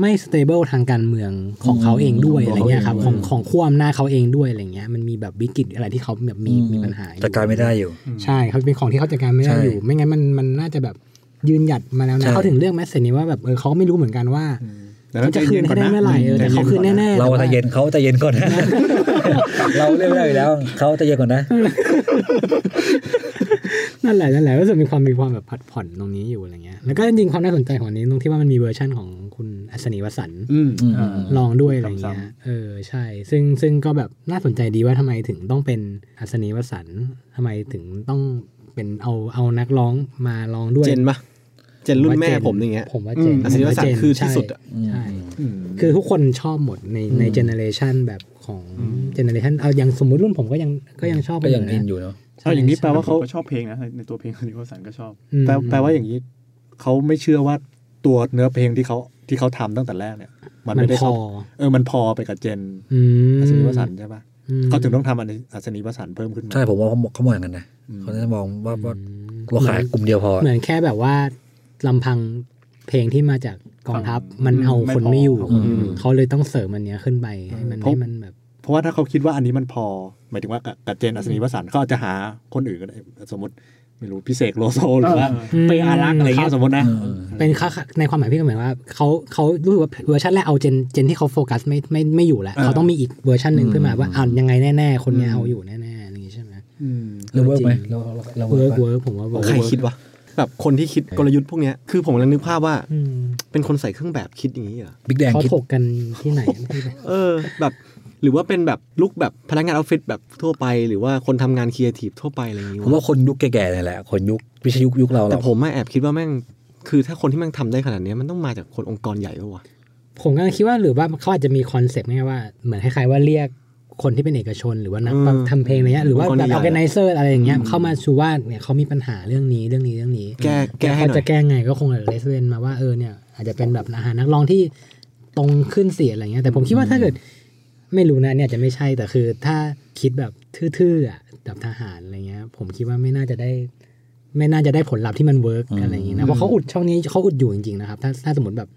Speaker 5: ไม่สเตเบิลทางการเมืองของเขาเองด้วยอะไรเงี้ยครับของของขั้วอำนาจเขาเองด้วยอะไรเงี้ยมันมีแบบวิกฤตอะไรที่เขาแบบมีมีปัญหาอยู่
Speaker 4: จัดการไม่ได้อยู่
Speaker 5: ใช่เขาเป็นของที่เขาจัดการไม่ได้
Speaker 4: ใช่
Speaker 5: อยู่ ไม่งั้นมันมันน่าจะแบบยืนหยัดมาแล้ว
Speaker 4: ใช่
Speaker 5: นะเขาถึงเรื่องแมสเซจนี้ว่าแบบเออเขาก็ไม่รู้เหมือนกันว่า
Speaker 3: แต่
Speaker 5: เขา
Speaker 3: ใจ
Speaker 5: จะคื
Speaker 3: เย็
Speaker 5: น
Speaker 3: นก่
Speaker 5: ให้
Speaker 3: อนนะ
Speaker 5: ได้เมื่อไหร่เออแต่เขาคืนแน่ๆ
Speaker 4: เรา
Speaker 5: แต่ว่
Speaker 4: ใจเย็นเขาใจเย็นก่อนนะ เราเรียกไม่ได้อยู่แล้วเขาใจเย็นก่อนนะ
Speaker 5: นั่นแหละนั่นแหละรู้สึกมีความมีความแบบผัดผ่อนตรงนี้อยู่อะไรเงี้ยแล้วก็จริงๆความน่าสนใจของอันนี้ตรงที่ว่ามันมีเวอร์ชั่นของคุณอัศนีวสันต์
Speaker 3: อืม
Speaker 4: อืม
Speaker 2: อ่า
Speaker 5: ลองด้วยอะไรเงี้ย
Speaker 2: ซ้ำ
Speaker 5: เออใช่ ซึ่งซึ่งก็แบบน่าสนใจดีว่าทำไมถึงต้องเป็นอัศนีวสันต์ทำไมถึงต้องเป็นเอาเอานักร้องมาลองด้วย
Speaker 6: เจนปะเจนรุ่นแม่ผมอย่างเงี้ย
Speaker 5: ผมว่าเจน
Speaker 2: อืม
Speaker 6: อัศนีวสันต์คือที่สุดอะ
Speaker 5: ใช่
Speaker 3: อืม
Speaker 5: คือทุกคนชอบหมดในในเจเนอเรชันแบบของเจเนอเรชันเอาอย่างสมมุติรุ่นผมก็ยังก็ยังชอบ
Speaker 4: ก็ยัง
Speaker 5: ะ
Speaker 4: อินอยู่เนาะ
Speaker 5: ใช่
Speaker 3: เอาอย่างนี้แปลว่าเขา
Speaker 2: ผมก็ชอบเพลงนะในในตัวเพลงนิโคสันก็ชอบ
Speaker 5: อืม
Speaker 3: แปลแปลว่าอย่างนี้เขาไม่เชื่อว่าตัวเนื้อเพลงที่เขาที่เขาทำตั้งแต่แรกเนี่ย มัน
Speaker 5: มัน
Speaker 3: ไม่ได้
Speaker 5: พ
Speaker 3: เข้า
Speaker 5: อ
Speaker 3: เออมันพอไปกับเจน
Speaker 5: อืม
Speaker 3: อัศนีวสันต์ใช่ปะ
Speaker 5: อืม
Speaker 3: เขาถึงต้องทำอันอัศนีวสันต์เพิ่มขึ้นมา
Speaker 4: ใช่ผมว่าเขาเขามองอย่างนั้นนะเขาจะมองว่าว่าเราขายกลุ่มเดียวพอ
Speaker 5: เหมือนแค่แบบว่าลำพังเพลงที่มาจากกองทัพมัน
Speaker 2: อืม
Speaker 5: เอาคน
Speaker 2: ไม่พอ
Speaker 5: ไม่อยู่
Speaker 2: เอา
Speaker 4: คนไม่อยู่
Speaker 5: เขาเลยต้องเสริมอันเนี้ยขึ้นไปให้มัน
Speaker 3: เพราะ
Speaker 5: ให้มันแบบ
Speaker 3: เพราะว่าถ้าเขาคิดว่าอันนี้มันพอ หมายถึงว่ากับกับเจนอัศนีวสันต์เขาอาจจะหาคนอื่นก็ได้สมมติไม่รู้พิเศษโลโซหรือว่า
Speaker 2: เอ
Speaker 3: เปอารักษ์อะไรเงี้ยสมมตินะ
Speaker 4: อืม
Speaker 5: เป็นค่าในความหมายพี่ก็หมายว่าเขาเขารู้สึกว่าเวอร์ชันแรกเอาเจนเจนที่เขาโฟกัสไม่ไม่ไม่อยู่แล้ว
Speaker 3: เออ
Speaker 5: เขาต้องมีอีกเวอร์ชันหนึ่งขึ้นมาว่าอ่านยังไงแน่ๆคนเนี้ยเอาอยู่แน่ๆอะไรอย่างงี้ใช่ไหม
Speaker 3: อืม
Speaker 4: เราเวิร์กไหม
Speaker 5: จริง
Speaker 4: เราเราเรา
Speaker 5: เวิ
Speaker 4: เวิ
Speaker 5: ร์
Speaker 4: ร์
Speaker 5: กเวิร์ก
Speaker 4: ก
Speaker 5: ผมว่าเวิร์ก
Speaker 6: ใครคิดวะแบบคนที่คิดกลยุทธ์พวกเนี้ยคือผมกำลังนึกภาพว่า
Speaker 5: อืม
Speaker 6: เป็นคนใส่เครื่องแบบคิดอย่างนี้เหรอ
Speaker 4: บิ๊กแดง
Speaker 5: เขา
Speaker 4: คิด
Speaker 5: ถกกันที่ไหนที่ไหน
Speaker 6: เออ แบบหรือว่าเป็นแบบลุกแบบพนักงานออฟฟิศแบบทั่วไป หรือว่าคนทำงานครีเอทีฟทั่วไปอะไรอย่างงี้
Speaker 4: ผมว่าคนยุคแก่ๆเนี่ยแหละ คนยุควิชยุคยุคเรา
Speaker 6: แต่
Speaker 4: เรา
Speaker 6: ผมไม่แอบคิดว่าแม่งคือถ้าคนที่แม่งทำได้ขนาดเนี้ยมันต้องมาจากคนองค์กรใหญ่ปะวะ
Speaker 5: ผมก็คิดว่าหรือว่าเขาอาจจะมีคอนเซปต์ง่ายๆว่าเหมือนคล้ายๆว่าเรียกคนที่เป็นเอกชน หรือว่านักประทำเพลงอะไรเงี้ยหรือว่าแบบออแกไนเซอร์อะไรอย่างเงี้ยเข้ามาชูว่าเนี่ยเขามีปัญหาเรื่องนี้เรื่องนี้เรื่องนี้
Speaker 6: แก้แก้ให้
Speaker 5: เขา
Speaker 6: หน่อ
Speaker 5: จะ
Speaker 6: ย
Speaker 5: แก้ไงก็คงเลสเวนมาว่าเออเนี่ยอาจจะเป็นแบบอาหารนักร้องที่ตรงขึ้นเสียอะไรเงี้ยแต่ผมคิดว่าถ้าเกิดไม่รู้นะเนี่ยอาจจะไม่ใช่แต่คือถ้าคิดแบบทื่อๆอ่ะแบบทหารอะไรเงี้ย ผมคิดว่าไม่น่าจะได้ ไม่น่าจะได้ผลลัพธ์ที่มันเวิร์ก
Speaker 4: อืม
Speaker 5: อะไรอย่างนี้นะเพราะเขาอุดช่องนี้เขาอุดอยู่จริงๆนะครับ ถ้าถ้าสมมติแบบ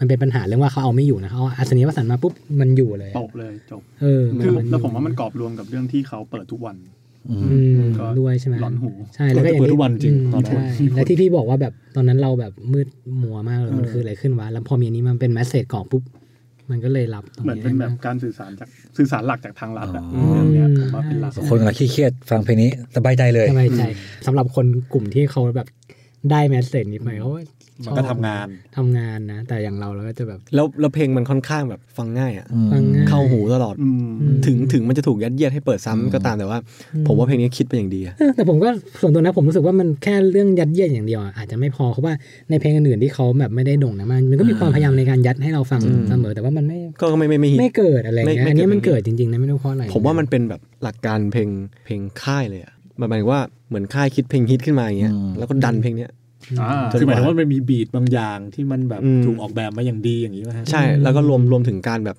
Speaker 5: มันเป็นปัญหาเรื่องว่าเขาเอาไม่อยู่นะเขาเอาอัศนีวสันต์มาปุ๊บมันอยู่เลย
Speaker 2: จบเลยจบ
Speaker 5: เออ
Speaker 2: คือแล้ว
Speaker 5: ยู่
Speaker 2: ผมว่ามันกอบรวมกับเรื่องที่เขาเปิดทุกวัน
Speaker 4: อืม
Speaker 5: อืม
Speaker 2: ก็
Speaker 5: ด้วยใช่ไหม
Speaker 2: หลอนหู
Speaker 5: ใช่แล้วก็อย่าง
Speaker 3: เปิดทุกวันจริง
Speaker 5: อื
Speaker 3: ต
Speaker 5: ม
Speaker 3: อนนั้น
Speaker 5: ใช่
Speaker 2: *laughs*
Speaker 5: และที่พี่บอกว่าแบบตอนนั้นเราแบบมืดมัวมากเลยมันคืออะไรขึ้นวะแล้วพอมีอันนี้มันเป็นแมสเซจกล่องปุ๊บมันก็เลยรับตรง
Speaker 2: เหมือน
Speaker 5: นี้
Speaker 2: เป็นแบ
Speaker 5: ได้
Speaker 2: บ
Speaker 5: มาก
Speaker 2: การสื่อสารจากสื่อสารหลักจากทางรัฐอะ
Speaker 4: อ๋อ
Speaker 2: เรื่องเนี้ยผมว่าเป็นหลัก
Speaker 5: ใช่
Speaker 4: คนกำลังเครียดๆฟังเพลงนี้สบายใจเลย
Speaker 5: สบายใจสำหรับคนกลุ่มที่เขาแบบได้แมสเซจนี้ไปเขา
Speaker 3: มันก็ทำงาน
Speaker 5: ทำงานนะ แต่อย่างเราเราก็จะแบบ
Speaker 6: แล้วแล้วเพลงมันค่อนข้างแบบฟังง่ายอ่ะ
Speaker 4: อืม
Speaker 5: ฟังง่าย
Speaker 6: เข้าหูตลอด
Speaker 2: อืม
Speaker 5: อืม
Speaker 6: ถึงถึงมันจะถูกยัดเยียดให้เปิดซ้ำก็ตามแต่ว่า ผมว่าเพลงนี้คิดไปอย่างดีอะ
Speaker 5: เออแต่ผมก็ส่วนตัวนะผมรู้สึกว่ามันแค่เรื่องยัดเยียดอย่างเดียวอะอาจจะไม่พอเพราะว่าในเพลงอื่นๆที่เขาแบบไม่ได้โด่งนะมันมันก็มีความพยายามในการยัดให้เราฟัง
Speaker 6: อืม
Speaker 5: เสมอแต่ว่ามันไม่
Speaker 6: ก็ไม่ไม่ไม่ฮิต
Speaker 5: ไม่เกิดอะไรเงี้ย
Speaker 6: ไม่
Speaker 5: อั
Speaker 6: ไม่เกิด
Speaker 5: นนี้มันเกิดจริงๆนะไม่รู้เพราะอะไร
Speaker 6: ผมว่ามันเป็นแบบหลักการเพลงเพลงค่ายเลยอะมันหมายถึงว่าเหมือนค่ายคิดเพลงฮิตขึ้นมาอย่างเงี้ย
Speaker 4: อืม
Speaker 6: แล้วก็ดันเพลงเนี้ย
Speaker 2: อ่า
Speaker 3: คือหมายถึงว่ามันมีบีทบางอย่างที่มันแบบ
Speaker 6: อืม
Speaker 3: ถูกออกแบบมาอย่างดีอย่างนี้ไหมฮะ
Speaker 6: ใช่แล้วก็รวมรวมถึงการแบบ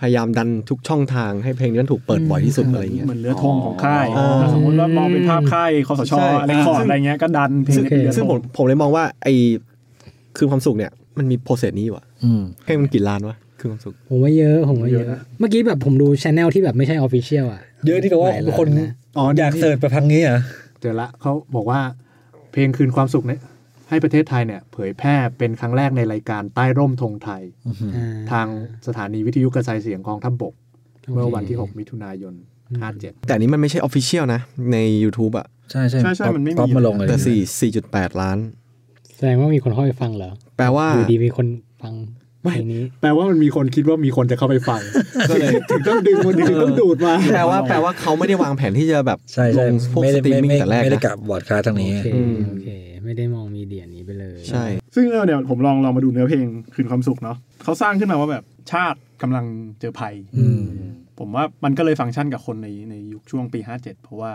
Speaker 6: พยายามดันทุกช่องทางให้เพลงนี้มันถูกเปิดบ่อยที่สุดอะไรเงี้ย
Speaker 2: เหมือนเรือธงของค่าย
Speaker 6: อ๋อ
Speaker 2: ถ้าสมมติว่ามองเป็นภาพค่ายคอสช
Speaker 6: ใช่
Speaker 2: อะไรคอร์ดอะไรเงี้ยก็ดันเพลง
Speaker 6: ซึ่ง
Speaker 2: นี้เป็นเรือธ
Speaker 6: ซึ่ง
Speaker 2: ง
Speaker 6: ผมผมเลยมองว่าไอคืนความสุขเนี่ยมันมีโปรเซสนี้อยู่อะ
Speaker 4: อืม
Speaker 6: เพลงมันกี่ล้านวะคืนความสุข
Speaker 5: ผมว่าเยอะผมว่าเยอะ เมื่อกี้แบบผมดูชแนลที่แบบไม่ใช่ออฟฟิเชียลอ่ะ
Speaker 4: เยอะที่แปลว่าคน
Speaker 5: หลายล้านนะ
Speaker 3: อ๋อ
Speaker 4: อยาก
Speaker 3: นี่
Speaker 4: เสิร์ชไปพังนี้เหรอ่ะ
Speaker 3: เจอละเขาบอกว่าเพลงคืนความสุขเนี่ยให้ประเทศไทยเนี่ยเผยแพร่เป็นครั้งแรกในรายการใต้ร่มธงไทย
Speaker 5: อ่
Speaker 3: ทางสถานีวิทยุกระจายเสียงกองทัพบก เมื่อวันที่ 6 มิถุนายน 57
Speaker 6: แต่อันนี้มันไม่ใช่ออฟฟิเชียลนะ ใน YouTube อะ
Speaker 4: ใช่ใช่
Speaker 2: ใช่ใช่มันไม่
Speaker 4: ป๊อป
Speaker 2: มี
Speaker 4: มาลงเลย
Speaker 6: แต่4 4.8 ล้าน
Speaker 5: แสดงว่ามีคนเข้าไปฟังเหรอ
Speaker 6: แปลว่า
Speaker 5: อยู่ดีมีคนฟัง เพลงนี้
Speaker 3: แปลว่ามันมีคนคิดว่ามีคนจะเข้าไปฟัง
Speaker 6: ก็เลย
Speaker 3: ถึงต้องดึงมันถึงต้องดูดมา
Speaker 6: แปลว่าแปลว่าเขาไม่ได้วางแผนที่จะแบบ
Speaker 4: ใช่
Speaker 6: ล
Speaker 4: ใช่
Speaker 6: งพวก
Speaker 4: ไม่
Speaker 6: ส
Speaker 4: ได้
Speaker 6: ตรีม
Speaker 4: ไม่
Speaker 6: มิ่
Speaker 4: ไม่
Speaker 6: งแต่แรก
Speaker 4: ไม่ได้
Speaker 6: นะ
Speaker 4: กะบอร์ดคาทางนี้
Speaker 5: โอเค
Speaker 6: อืม
Speaker 5: โอเค ไม่ได้มองมีเดียนี้ไปเลย
Speaker 6: ใช่
Speaker 2: ซึ่งเออเนี่ยผมลองลองมาดูเนื้อเพลงคืนความสุขเนาะเขาสร้างขึ้นมาว่าแบบชาติกำลังเจอภัย
Speaker 4: อืม
Speaker 2: ผมว่ามันก็เลยฟังก์ชันกับคนในในยุคช่วงปี 57 เพราะว่า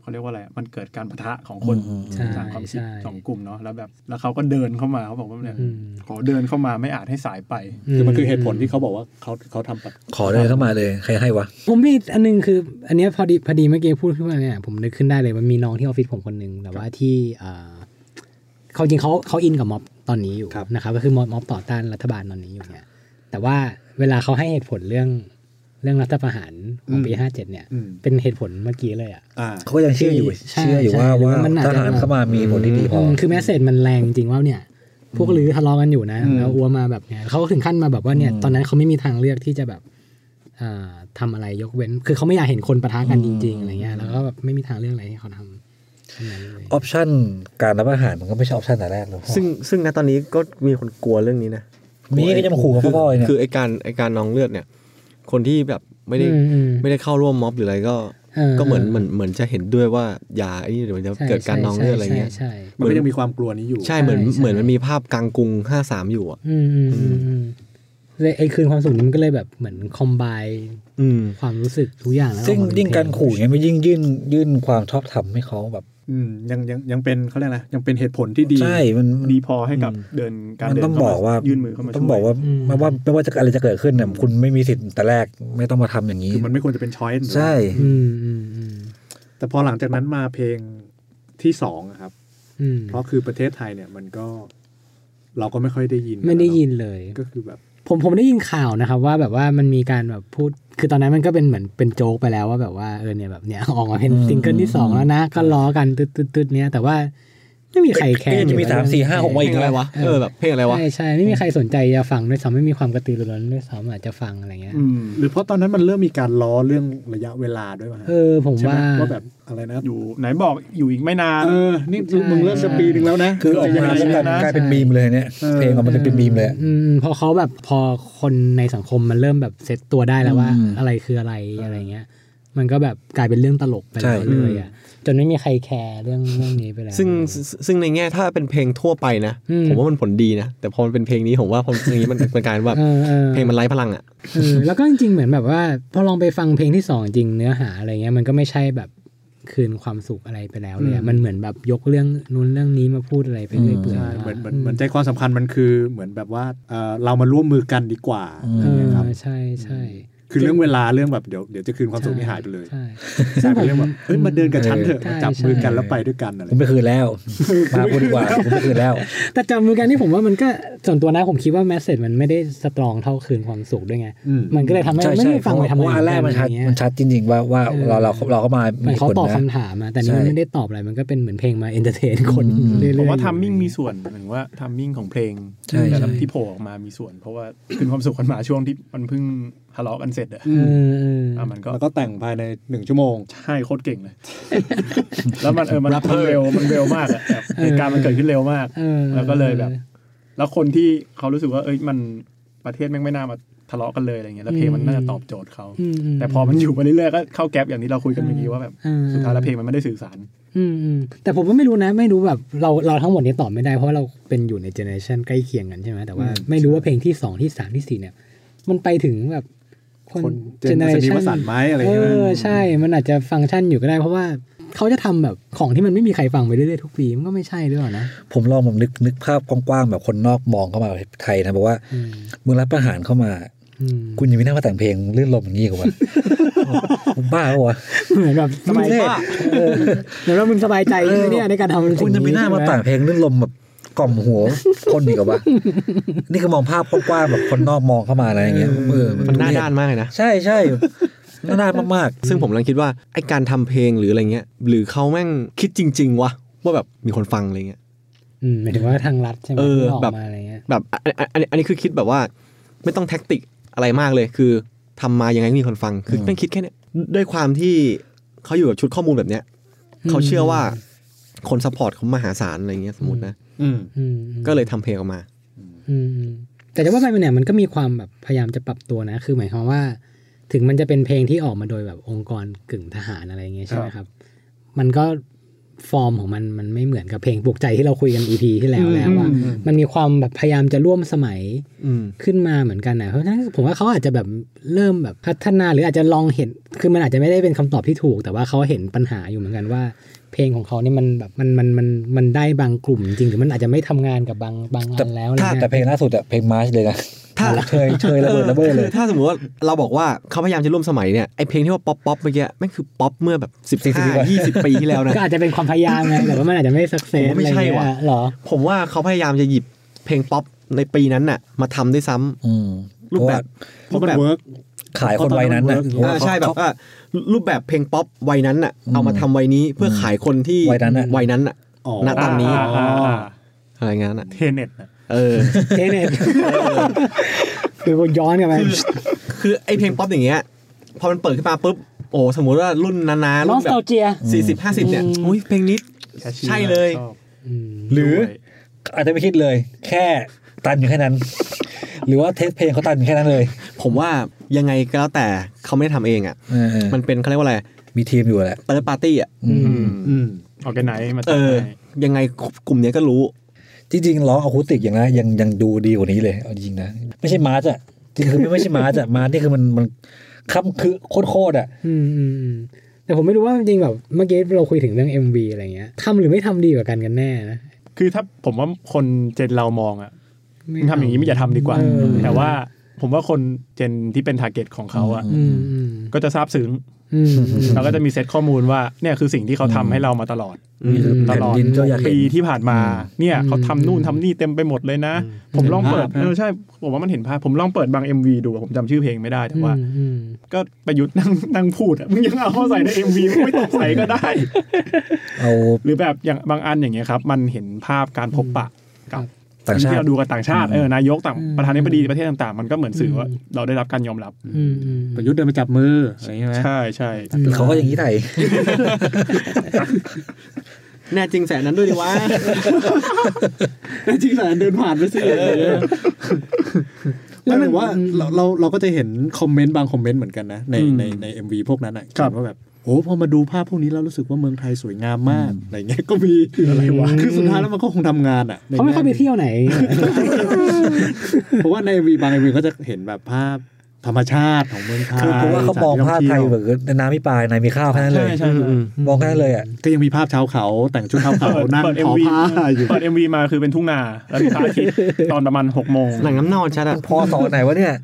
Speaker 2: เขาเรียกว่าอะไรอะมันเกิดการปะทะของคน
Speaker 4: อืม
Speaker 5: ใช่
Speaker 2: ทางความคิด
Speaker 5: ใช่
Speaker 2: สองกลุ่มเนาะแล้วแบบแล้วเขาก็เดินเข้ามาเขาบอกว่าเนี่ย
Speaker 5: อืม
Speaker 2: ขอเดินเข้ามาไม่อาจให้สายไป
Speaker 3: คือมันคือเหตุผลที่เขาบอกว่าเขาเขาทำปะ
Speaker 4: ขอเลยเข้ามาเลยใครให้วะ
Speaker 5: ผมมีอันนึงคือ อันเนี้ยพอดีพอดีเมื่อกี้พูดขึ้นมาเนี่ยผมนึกขึ้นได้เลยมันมีน้องที่ออฟฟิศผมคนหนึ่งแต่ว่าที่เอ่อเขาจริงเขาเขาอินกับม็อบตอนนี้อยู่นะครับก็คือม็อบม็อบต่อต้านรัฐบาลตอนนี้อยู่เนี่ยแต่ว่าเวลาเขาให้เหตุผลเรื่องเรื่องรัฐประหารของปีห้าเจ็ดเนี่ยเป็นเหตุผลเมื่อกี้เลยอ่ะ
Speaker 3: อ่า
Speaker 4: เขาก็ยังเชื่ออยู่
Speaker 5: ใช่
Speaker 4: เชื่ออยู่ว่า
Speaker 5: ใช่
Speaker 4: ว่า
Speaker 5: มันอาจ
Speaker 4: ท
Speaker 5: จะ
Speaker 4: หารเข้ามามีผลที่ดีพอ
Speaker 5: อื
Speaker 4: อ
Speaker 5: มคือแมสเซจมันแรงจริงว่าเนี่ย พวกลือทะเลาะกันอยู่นะ แล้วอัวมาแบบเนี่ยเขาก็ถึงขั้นมาแบบว่าเนี่ย ตอนนั้นเขาไม่มีทางเลือกที่จะแบบอ่าทำอะไรยกเว้น คือเขาไม่อยากเห็นคนปะทะกันจริง ๆอะไรเงี้ยแล้วก็แบบไม่มีทางเลือกอะไรให้เขาทำทั้งนั้นเลย
Speaker 4: ออปชั่นการรับอาหารมันก็ไม่ใช่ออปชั่นแต่แรกหรอก
Speaker 7: ซึ่งซึ่งณตอนนี้ก็มีคนกลัวเรื่องนี้นะ
Speaker 4: มีก็จะมาขู่กับพ่อๆเลยเนี่ย
Speaker 6: คือไอการไอการนองเลือดเนี่ย คนที่แบบไม่ได้
Speaker 5: อืมอืม
Speaker 6: ไม่ได้เข้าร่วมม็อบหรืออะไรก็
Speaker 5: เออ
Speaker 6: ก็เหมือนเหมือนเหมือนจะเห็นด้วยว่าอย่าไอ้นี่เดี๋ยวมันจะ
Speaker 5: ใช่
Speaker 6: เกิดการนองเลือดอะไร
Speaker 5: ใช่
Speaker 6: เงี้ย
Speaker 5: ใช่ใช่
Speaker 3: มันก็ยังมีความกลัวนี้อยู่
Speaker 6: ใช่เหมือน
Speaker 5: ใช่ใช่
Speaker 6: เหมือนมันมีภาพกลางกรุง 53 อยู่อ่ะ
Speaker 5: อืมอืมอืมอืมเลยไอ้คืนความสุขนี้มันก็เลยแบบเหมือนคอมไบ
Speaker 6: อืม
Speaker 5: ความรู้สึกทุกอย่างแล้ว
Speaker 4: ซึ่ง
Speaker 5: ออมเป็น
Speaker 4: ยิ่งการ
Speaker 5: เพล
Speaker 4: ขู่เนี่ยมันยิ่งยื่นยื่นความชอบธรรมให้เขาแบบ
Speaker 3: อืมยังยังยังเป็นเขาเรียกอะไรยังเป็นเหตุผลที่ดี
Speaker 4: ใช่มัน
Speaker 2: ดีพอให้กับเดินการ
Speaker 4: มัน
Speaker 2: เดิน
Speaker 4: ต้อง
Speaker 2: เข้ามา
Speaker 4: บอกว่า
Speaker 2: ยื่นมือเข้ามา
Speaker 4: ต้อง
Speaker 2: ช่ย
Speaker 4: บอกว่าไม่ว่าไม่ว่าจะอะไรจะเกิดขึ้นเนี่ยคุณไม่มีสิทธิ์แต่แรกไม่ต้องมาทำอย่างนี้
Speaker 3: คือมันไม่ควรจะเป็นช้อยส์
Speaker 4: ใช่
Speaker 5: อืมอืมอืม
Speaker 3: แต่พอหลังจากนั้นมาเพลงที่สองอะครับ
Speaker 5: อืม
Speaker 3: เพราะคือประเทศไทยเนี่ยมันก็ เราก็ไม่ค่อยได้ยิน
Speaker 5: ไม่ได้ยิน
Speaker 3: แล้ว
Speaker 5: เลย
Speaker 3: เอะก็คือแบบ
Speaker 5: ผมผมได้ยินข่าวนะครับว่าแบบว่ามันมีการแบบพูด คือตอนนั้นมันก็เป็นเหมือนเป็นโจ๊กไปแล้วว่าแบบว่าเออเนี่ยแบบเนี่ย ออกมาเป็น
Speaker 4: อืม
Speaker 5: ซิงเกิลที่สองแล้วนะ ก็ล้อกันตึ๊ดตึ๊ดตึ๊ดเนี่ยแต่ว่าไม่มีใครแค
Speaker 4: ก็
Speaker 5: ร์
Speaker 4: ยังจะมีสามสี่ห้าหกมา
Speaker 6: เพ
Speaker 4: อีก
Speaker 6: ลงอะไร
Speaker 4: แล้ว
Speaker 6: วะ เออแบบเพลงอะไรวะ
Speaker 5: ใช่ใช่ไม่มีใครสนใจจะฟังด้วยซ้ำไม่มีความกระตือรือร้นด้วยซ้ำอาจจะฟังอะไรเงี้ย
Speaker 2: อืม
Speaker 3: หรือเพราะตอนนั้นมันเริ่มมีการล้อเรื่องระยะเวลาด้วยมั้ย
Speaker 5: เออ ผม
Speaker 3: ใช่ไหม
Speaker 5: ว่า
Speaker 3: ว่าแบบอะไรนะ
Speaker 2: อยู่ไหนบอกอยู่อีกไม่นาน
Speaker 3: เออ นี่มึงเริ่มจะปีหนึ่งแล้วนะ
Speaker 4: คือออก
Speaker 3: จะ
Speaker 4: มาแล้ว
Speaker 3: ยังไง
Speaker 4: กลาย
Speaker 2: นะ
Speaker 4: กลายเป็นมีมเลยเนี่ยเพลงออกมาเป็นมีมเลย
Speaker 5: อืมพอเขาแบบพอคนในสังคมมันเริ่มแบบเซตตัวได้แล้วว่า
Speaker 4: อืม
Speaker 5: อะไรคืออะไรอะไรเงี้ย มันก็แบบกลายเป็นเรื่องตลกไป
Speaker 4: ใช่
Speaker 5: แล้วเลยอ่ะจนไม่มีใครแคร์เรื่องเรื่องนี้ไปแล้ว
Speaker 6: ซึ่งซึ่งในแง่ถ้าเป็นเพลงทั่วไปนะ
Speaker 5: อืม
Speaker 6: ผมว่ามันผลดีนะ แต่พอมันเป็นเพลงนี้ผมว่าพอเพลงนี้มัน มันกลายเป็นแบบ
Speaker 5: เออออ
Speaker 6: เพลงมันไร้พลังอ่ะ
Speaker 5: เออแล้วก็จริงๆ เหมือนแบบว่า พอลองไปฟังเพลงที่สองจริงเนื้อหาอะไรเงี้ยมันก็ไม่ใช่แบบคืนความสุขอะไรไปแล้วเลยอะมันเหมือนแบบยกเรื่องนู้นเรื่องนี้มาพูดอะไรไปเรื่อยเปื่อย
Speaker 3: ใช่
Speaker 5: แล้วะ
Speaker 3: เหมือนเหมือนเหมือนใจความสำคัญมันคือเหมือนแบบว่าเออเรามาร่วมมือกันดีกว่าอะ
Speaker 5: เอ
Speaker 3: ไรอย่าง
Speaker 5: อ
Speaker 3: เงี้ยครับ
Speaker 5: ใช่ใช่
Speaker 3: คือเรื่องเวลาเรื่องแบบเดี๋ยวเดี๋ยวจะคืนความสุขที่หายไปเลย
Speaker 5: ใช่
Speaker 3: กลายเป็นเรื่องแบบเฮ้ยมาเดินกับฉันเถอะ
Speaker 5: ใช่
Speaker 3: มาจับมือกัน
Speaker 5: ใช่
Speaker 3: แล้วไปด้วยกันอะไร
Speaker 4: คุณไม่คืนแล้ว มาคุณดีกว่าคุณไม่คืนแล้ว
Speaker 5: แต่จับมือกันนี่ผมว่ามันก็ส่วนตัวนะผมคิดว่าแมสเซจมันไม่ได้สตรองเท่าคืนความสุขด้วยไง
Speaker 3: อืม
Speaker 5: มันก็เลยทำให้
Speaker 4: ใช่
Speaker 5: ไม่
Speaker 4: ใช่
Speaker 5: ได้
Speaker 4: เพ
Speaker 5: ฟังไป
Speaker 4: ราะว่า
Speaker 5: ทำ
Speaker 4: เพราะ
Speaker 5: ไม
Speaker 4: ว่าอันแรกมันชัด
Speaker 5: ย่างเงี้ย
Speaker 4: มันชัดจริง ๆ ว่าว่า
Speaker 5: เออ
Speaker 4: เราเราเราก็มา
Speaker 5: เหมือนเขาตอบ
Speaker 4: นะ
Speaker 5: คำถามอะแต่นี่
Speaker 4: ใช่
Speaker 5: มันไม่ได้ตอบอะไรมันก็เป็นเหมือนเพลงมาเอนเตอร์เทนคน
Speaker 4: อืม
Speaker 5: เรื่อยๆ
Speaker 2: ผมว่า
Speaker 5: อยู่
Speaker 2: ทัมมิ่งมีส่วนหมายถึงว่าทัมมิ่งของเพลง
Speaker 4: ใช่
Speaker 2: แต่ละที่โผล่ออกมามีส่วน เพราะว่าคืนความสุขมันมาช่วงที่มันเพิ่งทะเลาะกันเสร็จอะ
Speaker 5: เออเออ
Speaker 2: อ่ะมันก็
Speaker 3: แล้วก็แต่งภายในหนึ่งชั่วโมง
Speaker 2: ใช่โคตรเก่งเลย แล้วมันเออมันมันเร็วมันเร็วมากอะแบบเหตุการณ์มันเกิดขึ้นเร็วมาก
Speaker 5: เออ
Speaker 2: แล้วก็เลยแบบ แล้วคนที่เขารู้สึกว่า เอ้ยมันประเทศแม่งไม่น่ามาทะเลาะกันเลยอะไรเงี้ยแล้วเพลงมันน่าจะตอบโจทย์เขา
Speaker 5: ม
Speaker 2: แต่พอมันอยู่ไปเรื่อยๆก็เข้าแก๊ปอย่างที่เราคุยกันเมื่อกี้ว่าแบบ
Speaker 5: อืม
Speaker 2: สุดท้ายแล้วเพลงมันไม่ได้สื่อสาร
Speaker 5: อืมอืมแต่ผมก็ไม่รู้นะ ไม่รู้แบบเราเราทั้งหมดนี้ตอบไม่ได้เพราะเราเป็นอยู่ในเจเนอเรชันใกล้เคียงกันใช่ไหมแต่ว่าไม่รู้ว่าเพลงที่สองที่สามที่สี่เนี่ย มันไปถึงแบบคน
Speaker 3: คน
Speaker 5: เจเนอเร
Speaker 3: Gen
Speaker 5: ชัน
Speaker 3: วสันต์ไหมอะไร
Speaker 5: เอ
Speaker 3: ใช่ไหม
Speaker 5: อใช่ มันอาจจะฟังก์ชันอยู่ก็ได้เพราะว่าเขาจะทำแบบของที่มันไม่มีใครฟังไปเรื่อยๆทุกปีมันก็ไม่ใช่หรือเปล่านะ
Speaker 4: ผมลองผมนึกนึกภาพกว้างๆแบบคนนอกมองเข้ามาไทยนะบอกว่า
Speaker 5: อืม
Speaker 4: มึงรับประหารเข้ามา
Speaker 5: อืม
Speaker 4: คุณยังไม่น่ามาแต่งเพลงลื่นลมอย่างนี้
Speaker 5: *laughs*
Speaker 4: กับวะ มึงบ้าเหรอวะ
Speaker 5: เหมือนแบบสบาย
Speaker 4: เท่เออ
Speaker 5: เหมือนว่ามึงสบายใจเลยเนี่ยในการทำสิ่งนี้
Speaker 4: คุณยังไม่น่ามาแต่งเพลงลื่นลมแบบกล่อมหัว *laughs* คนอีกกับวะนี่คือมองภาพกว้างๆแบบคนนอกมองเข้ามาอะไรอย่างเงี้ยเออ
Speaker 6: มันหน้า
Speaker 4: ทุเรศ
Speaker 6: ด้านมากเลยนะ
Speaker 4: ใช่ใช่หน้าด้านมาก
Speaker 6: ซึ่งผมกำลังคิดว่าไอการทำเพลงหรืออะไรเงี้ย หรือเขาแม่งคิดจริง ๆวะว่าแบบมีคนฟังอะไรเงี้ย
Speaker 5: อืมหมายถึงว่าทางรัฐใช่ไหม
Speaker 6: เออ
Speaker 5: ที่ออก
Speaker 6: แบบ
Speaker 5: มาอะไรเงี้ย
Speaker 6: แบบอันอันอันอันนี้คือคิดแบบว่า ไม่ต้องแท็กติกอะไรมากเลย คือทำมายังไงก็มีคนฟังคือแม่งคิดแค่เนี้ยด้วยความที่เขาอยู่กับชุดข้อมูลแบบเนี้ยเขาเชื่อว่าคนซัพพอร์ตเขามหาศาลอะไรเงี้ยสมมตินะ
Speaker 3: อืม
Speaker 5: อืมอืม
Speaker 6: ก็เลยทำเพลงออกมา
Speaker 5: อืมอืม แต่จะว่าไปเนี่ยมันก็มีความแบบพยายามจะปรับตัวนะ คือหมายความว่า ถึงมันจะเป็นเพลงที่ออกมาโดยแบบองค์กรกึ่งทหารอะไรเงี้ยใช่ไหมครับ มันก็ฟอร์มของมันมันไม่เหมือนกับเพลงปลุกใจที่เราคุยกัน EP ที่แล้วแล้วว่า
Speaker 2: อืม
Speaker 5: มันมีความแบบพยายามจะร่วมสมัย
Speaker 6: อืม
Speaker 5: ขึ้นมาเหมือนกันนะเพราะฉะนั้นผมว่าเขาอาจจะแบบเริ่มแบบพัฒนาหรืออาจจะลองเห็นคือมันอาจจะไม่ได้เป็นคำตอบที่ถูก แต่ว่าเขาเห็นปัญหาอยู่เหมือนกันว่า เพลงของเขาเนี่ยมันแบบมันมันมันมันได้บางกลุ่มจริงหรือมันอาจจะไม่ทำงานกับบางบางอันแล้วอะไร
Speaker 4: ถ้า
Speaker 5: เงี้
Speaker 4: แต่
Speaker 5: ย
Speaker 4: เพลงล่าสุดอะเพลงมาร์ชเลยนะ
Speaker 6: ถ้า
Speaker 4: เชยเชยระเบิดระเบ้อเลย
Speaker 6: ถ้าสมมติว่าเราบอกว่าเขาพยายามจะร่วมสมัยเนี่ยไอเพลงที่ว่าป๊อปป๊อปเมื่อกี้แม่งคือป๊อปเมื่อแบบสิบ
Speaker 4: 40ปี
Speaker 6: ห้า
Speaker 4: ก่อน
Speaker 6: ยี่สิบปีที่แล้วนะ
Speaker 5: *laughs* ก็อาจจะเป็นความพยายามไงแต่ว่ามันอาจจะไม่สักเซส
Speaker 6: ผมว่าไม่
Speaker 5: อะไร
Speaker 6: ใช่
Speaker 5: เงี้
Speaker 6: ว่ะ
Speaker 5: ยหรอ
Speaker 6: ผมว่าเขาพยายามจะหยิบเพลงป๊อปในปีนั้นน่ะมาทำด้วยซ้ำ
Speaker 4: อืม
Speaker 6: รูปแบบ
Speaker 3: เพราะมันเวิร์ก
Speaker 4: ขายคนวัยนั้นนะ
Speaker 3: เพราะตอนนั้น
Speaker 6: อ่าใช่แบบว่ารูปแบบเพลงป๊อปวัยนั้นน่ะเอามาทำวัยนี้เพื่อขายคนที่
Speaker 4: วัยนั้นอะ
Speaker 6: วัยนั้นน่ะ
Speaker 3: อ๋อ
Speaker 6: ณตอนนี้
Speaker 2: อ่าอ่าอ่า
Speaker 6: อะไรเงี้ยน่ะ
Speaker 2: เทเน็ตน่ะ
Speaker 6: เออ
Speaker 5: เทเน็ตคือย้อนกลันไป
Speaker 6: คือไอเพลงป๊อปอย่างเงี้ยพอมันเปิดขึ้นมาปุ๊บโอ้สมมุติว่ารุ่นนานๆ
Speaker 5: น
Speaker 6: รุ่
Speaker 5: อน ส
Speaker 6: แบ
Speaker 5: ตา
Speaker 6: บ
Speaker 5: เจีย
Speaker 6: สี่สิบห้าสิบเนี่ย
Speaker 5: อืม
Speaker 6: อุ้ยเพลงนี้
Speaker 2: แคชชี
Speaker 6: ใช่เลย
Speaker 2: ชอบ
Speaker 4: หรือ
Speaker 2: ด้วย
Speaker 4: อาจจะไม่คิดเลย แค่ตันอยู่แค่นั้น หรือว่าเทสเพลงเขาตันอยู่แค่นั้นเลย
Speaker 6: ผมว่ายังไงก็แล้วแต่เขาไม่ได้ทำเองอ่ะ
Speaker 4: เออ
Speaker 6: มันเป็นเขาเรียกว่าอะไร
Speaker 4: มีทีมอยู่แหละ
Speaker 6: เติร์ดปาร์ตี้อ่ะ
Speaker 4: อืม
Speaker 3: อืม
Speaker 2: ออแกไนมา
Speaker 6: เอ
Speaker 2: จัด
Speaker 6: อ
Speaker 2: ให้
Speaker 6: ยังไงกลุ่มเนี้ยก็รู้
Speaker 4: จริงๆร้องอะคูสติกอย่างนะยังยังดูดีกว่านี้เลยเอาจริงๆนะ ไม่ใช่มาร์จอะจริงๆคือไม่ไม่ใช่มาร์จอะมาร์จนี่คือมันมันค้ำคือโคตรๆอะ
Speaker 5: อืมอืมอืมแต่ผมไม่รู้ว่าจริงๆแบบเมื่อกี้เราคุยถึงเรื่อง MV อะไรเงี้ยทำหรือไม่ทำดีกว่ากันกันแน่นะ
Speaker 2: คือถ้าผมว่าคนเจนเรามองอะมึงทำอย่างนี้ไม่อย่าทำดีกว่า
Speaker 5: เออ
Speaker 2: แต่ว่าผมว่าคนเจนที่เป็นทาร์เก็ตของเขาอะ
Speaker 5: อืมอืม
Speaker 2: ก็จะทราบซึ้ง
Speaker 5: อืมอืม
Speaker 2: เราก็จะมีเซตข้อมูลว่าเนี่ยคือสิ่งที่เขาทำให้เรามาตลอด
Speaker 4: นี่คือ
Speaker 2: ต
Speaker 4: แผ่น
Speaker 2: ลอด
Speaker 4: ดินเจ้าอยากเห็น
Speaker 2: ปีที่ผ่านมา เนี่ย
Speaker 5: อืม
Speaker 2: เขาทำนู่นทำนี่เต็มไปหมดเลยนะ ผมลองเปิด
Speaker 3: เห็นภาพนะ
Speaker 2: เออใช่ผมว่ามันเห็นภาพ ผมลองเปิดบาง MV ดูอะผมจำชื่อเพลงไม่ได้แต่ว่า
Speaker 5: อืมอืม
Speaker 2: ก็ประยุทธ์ *laughs* นั่งนั่งพูดอะมึงยังเอาเข้าใส่ใน MV มึงไม่ต้องใส่ก็ได้
Speaker 4: เอา
Speaker 2: หรือแบบอย่างบางอันอย่างเงี้ยครับ มันเห็นภาพการพบปะกับ
Speaker 4: ต่างชา
Speaker 2: ที่
Speaker 4: ติ
Speaker 2: เราดูกันต่างชาติเออนายกต่าง
Speaker 5: อืม
Speaker 2: ประธานาธิบดีประเทศต่างๆ มันก็เหมือนสื่อว่า
Speaker 5: อืม
Speaker 2: เราได้รับการยอมรับ
Speaker 5: อืมอืม
Speaker 3: ประยุทธ์เดินไปจับมืออะไรอย่างเงี้ยไหม
Speaker 2: ใช่ใช่
Speaker 4: เขาก็อย่างนี้ไทย
Speaker 6: แน่จริงแสนนั้นด้วยดีวะ
Speaker 3: จริงๆเดินผ่านไปสิอะไรอย่างเงี้ยไม่แต่ว่าเราเราเราก็จะเห็นคอมเมนต์บางคอมเมนต์เหมือนกันนะ ในในในเอ็มวีพวกนั้นอ่ะเขียนว่าแบบโอ้พอมาดูภาพพวกนี้แล้วรู้สึกว่าเมืองไทยสวยงามมากอะไรเงี้ยก็มีอะไรวะคือสุดท้ายแล้วมันก็คงทำงานอ่ะใน
Speaker 5: เขาไม่ค่อยไป
Speaker 3: แง่
Speaker 5: เที่ยวไหน
Speaker 3: เพราะว่าในวีบางวีก็จะเห็นแบบภาพธรรมชาติของเมืองไทย
Speaker 4: คือเพราะว่าเขามองภาพไทยแบบน้ำมีปลายน้ำมีข้าวแค่นั้นเลย
Speaker 2: ใช่
Speaker 6: อืมอืม
Speaker 4: มองแค่นั้นเลยอ่ะ
Speaker 3: ก็ยังมีภาพชาวเขาแต่งชุดชาวเขา
Speaker 2: เปิด
Speaker 3: นั่ง
Speaker 2: เปิดเอ็
Speaker 3: ท
Speaker 2: ม
Speaker 3: อ
Speaker 2: วี
Speaker 3: ผ้าอยู่
Speaker 2: เปิดเอ็มวีมาคือเป็นทุ่งนาแล้วมีพระอาทิตย์ ตอนประมาณหกโมง
Speaker 6: หนังน้ำเนอนชัดอะ
Speaker 4: พอสอนไหนวะเนี่ย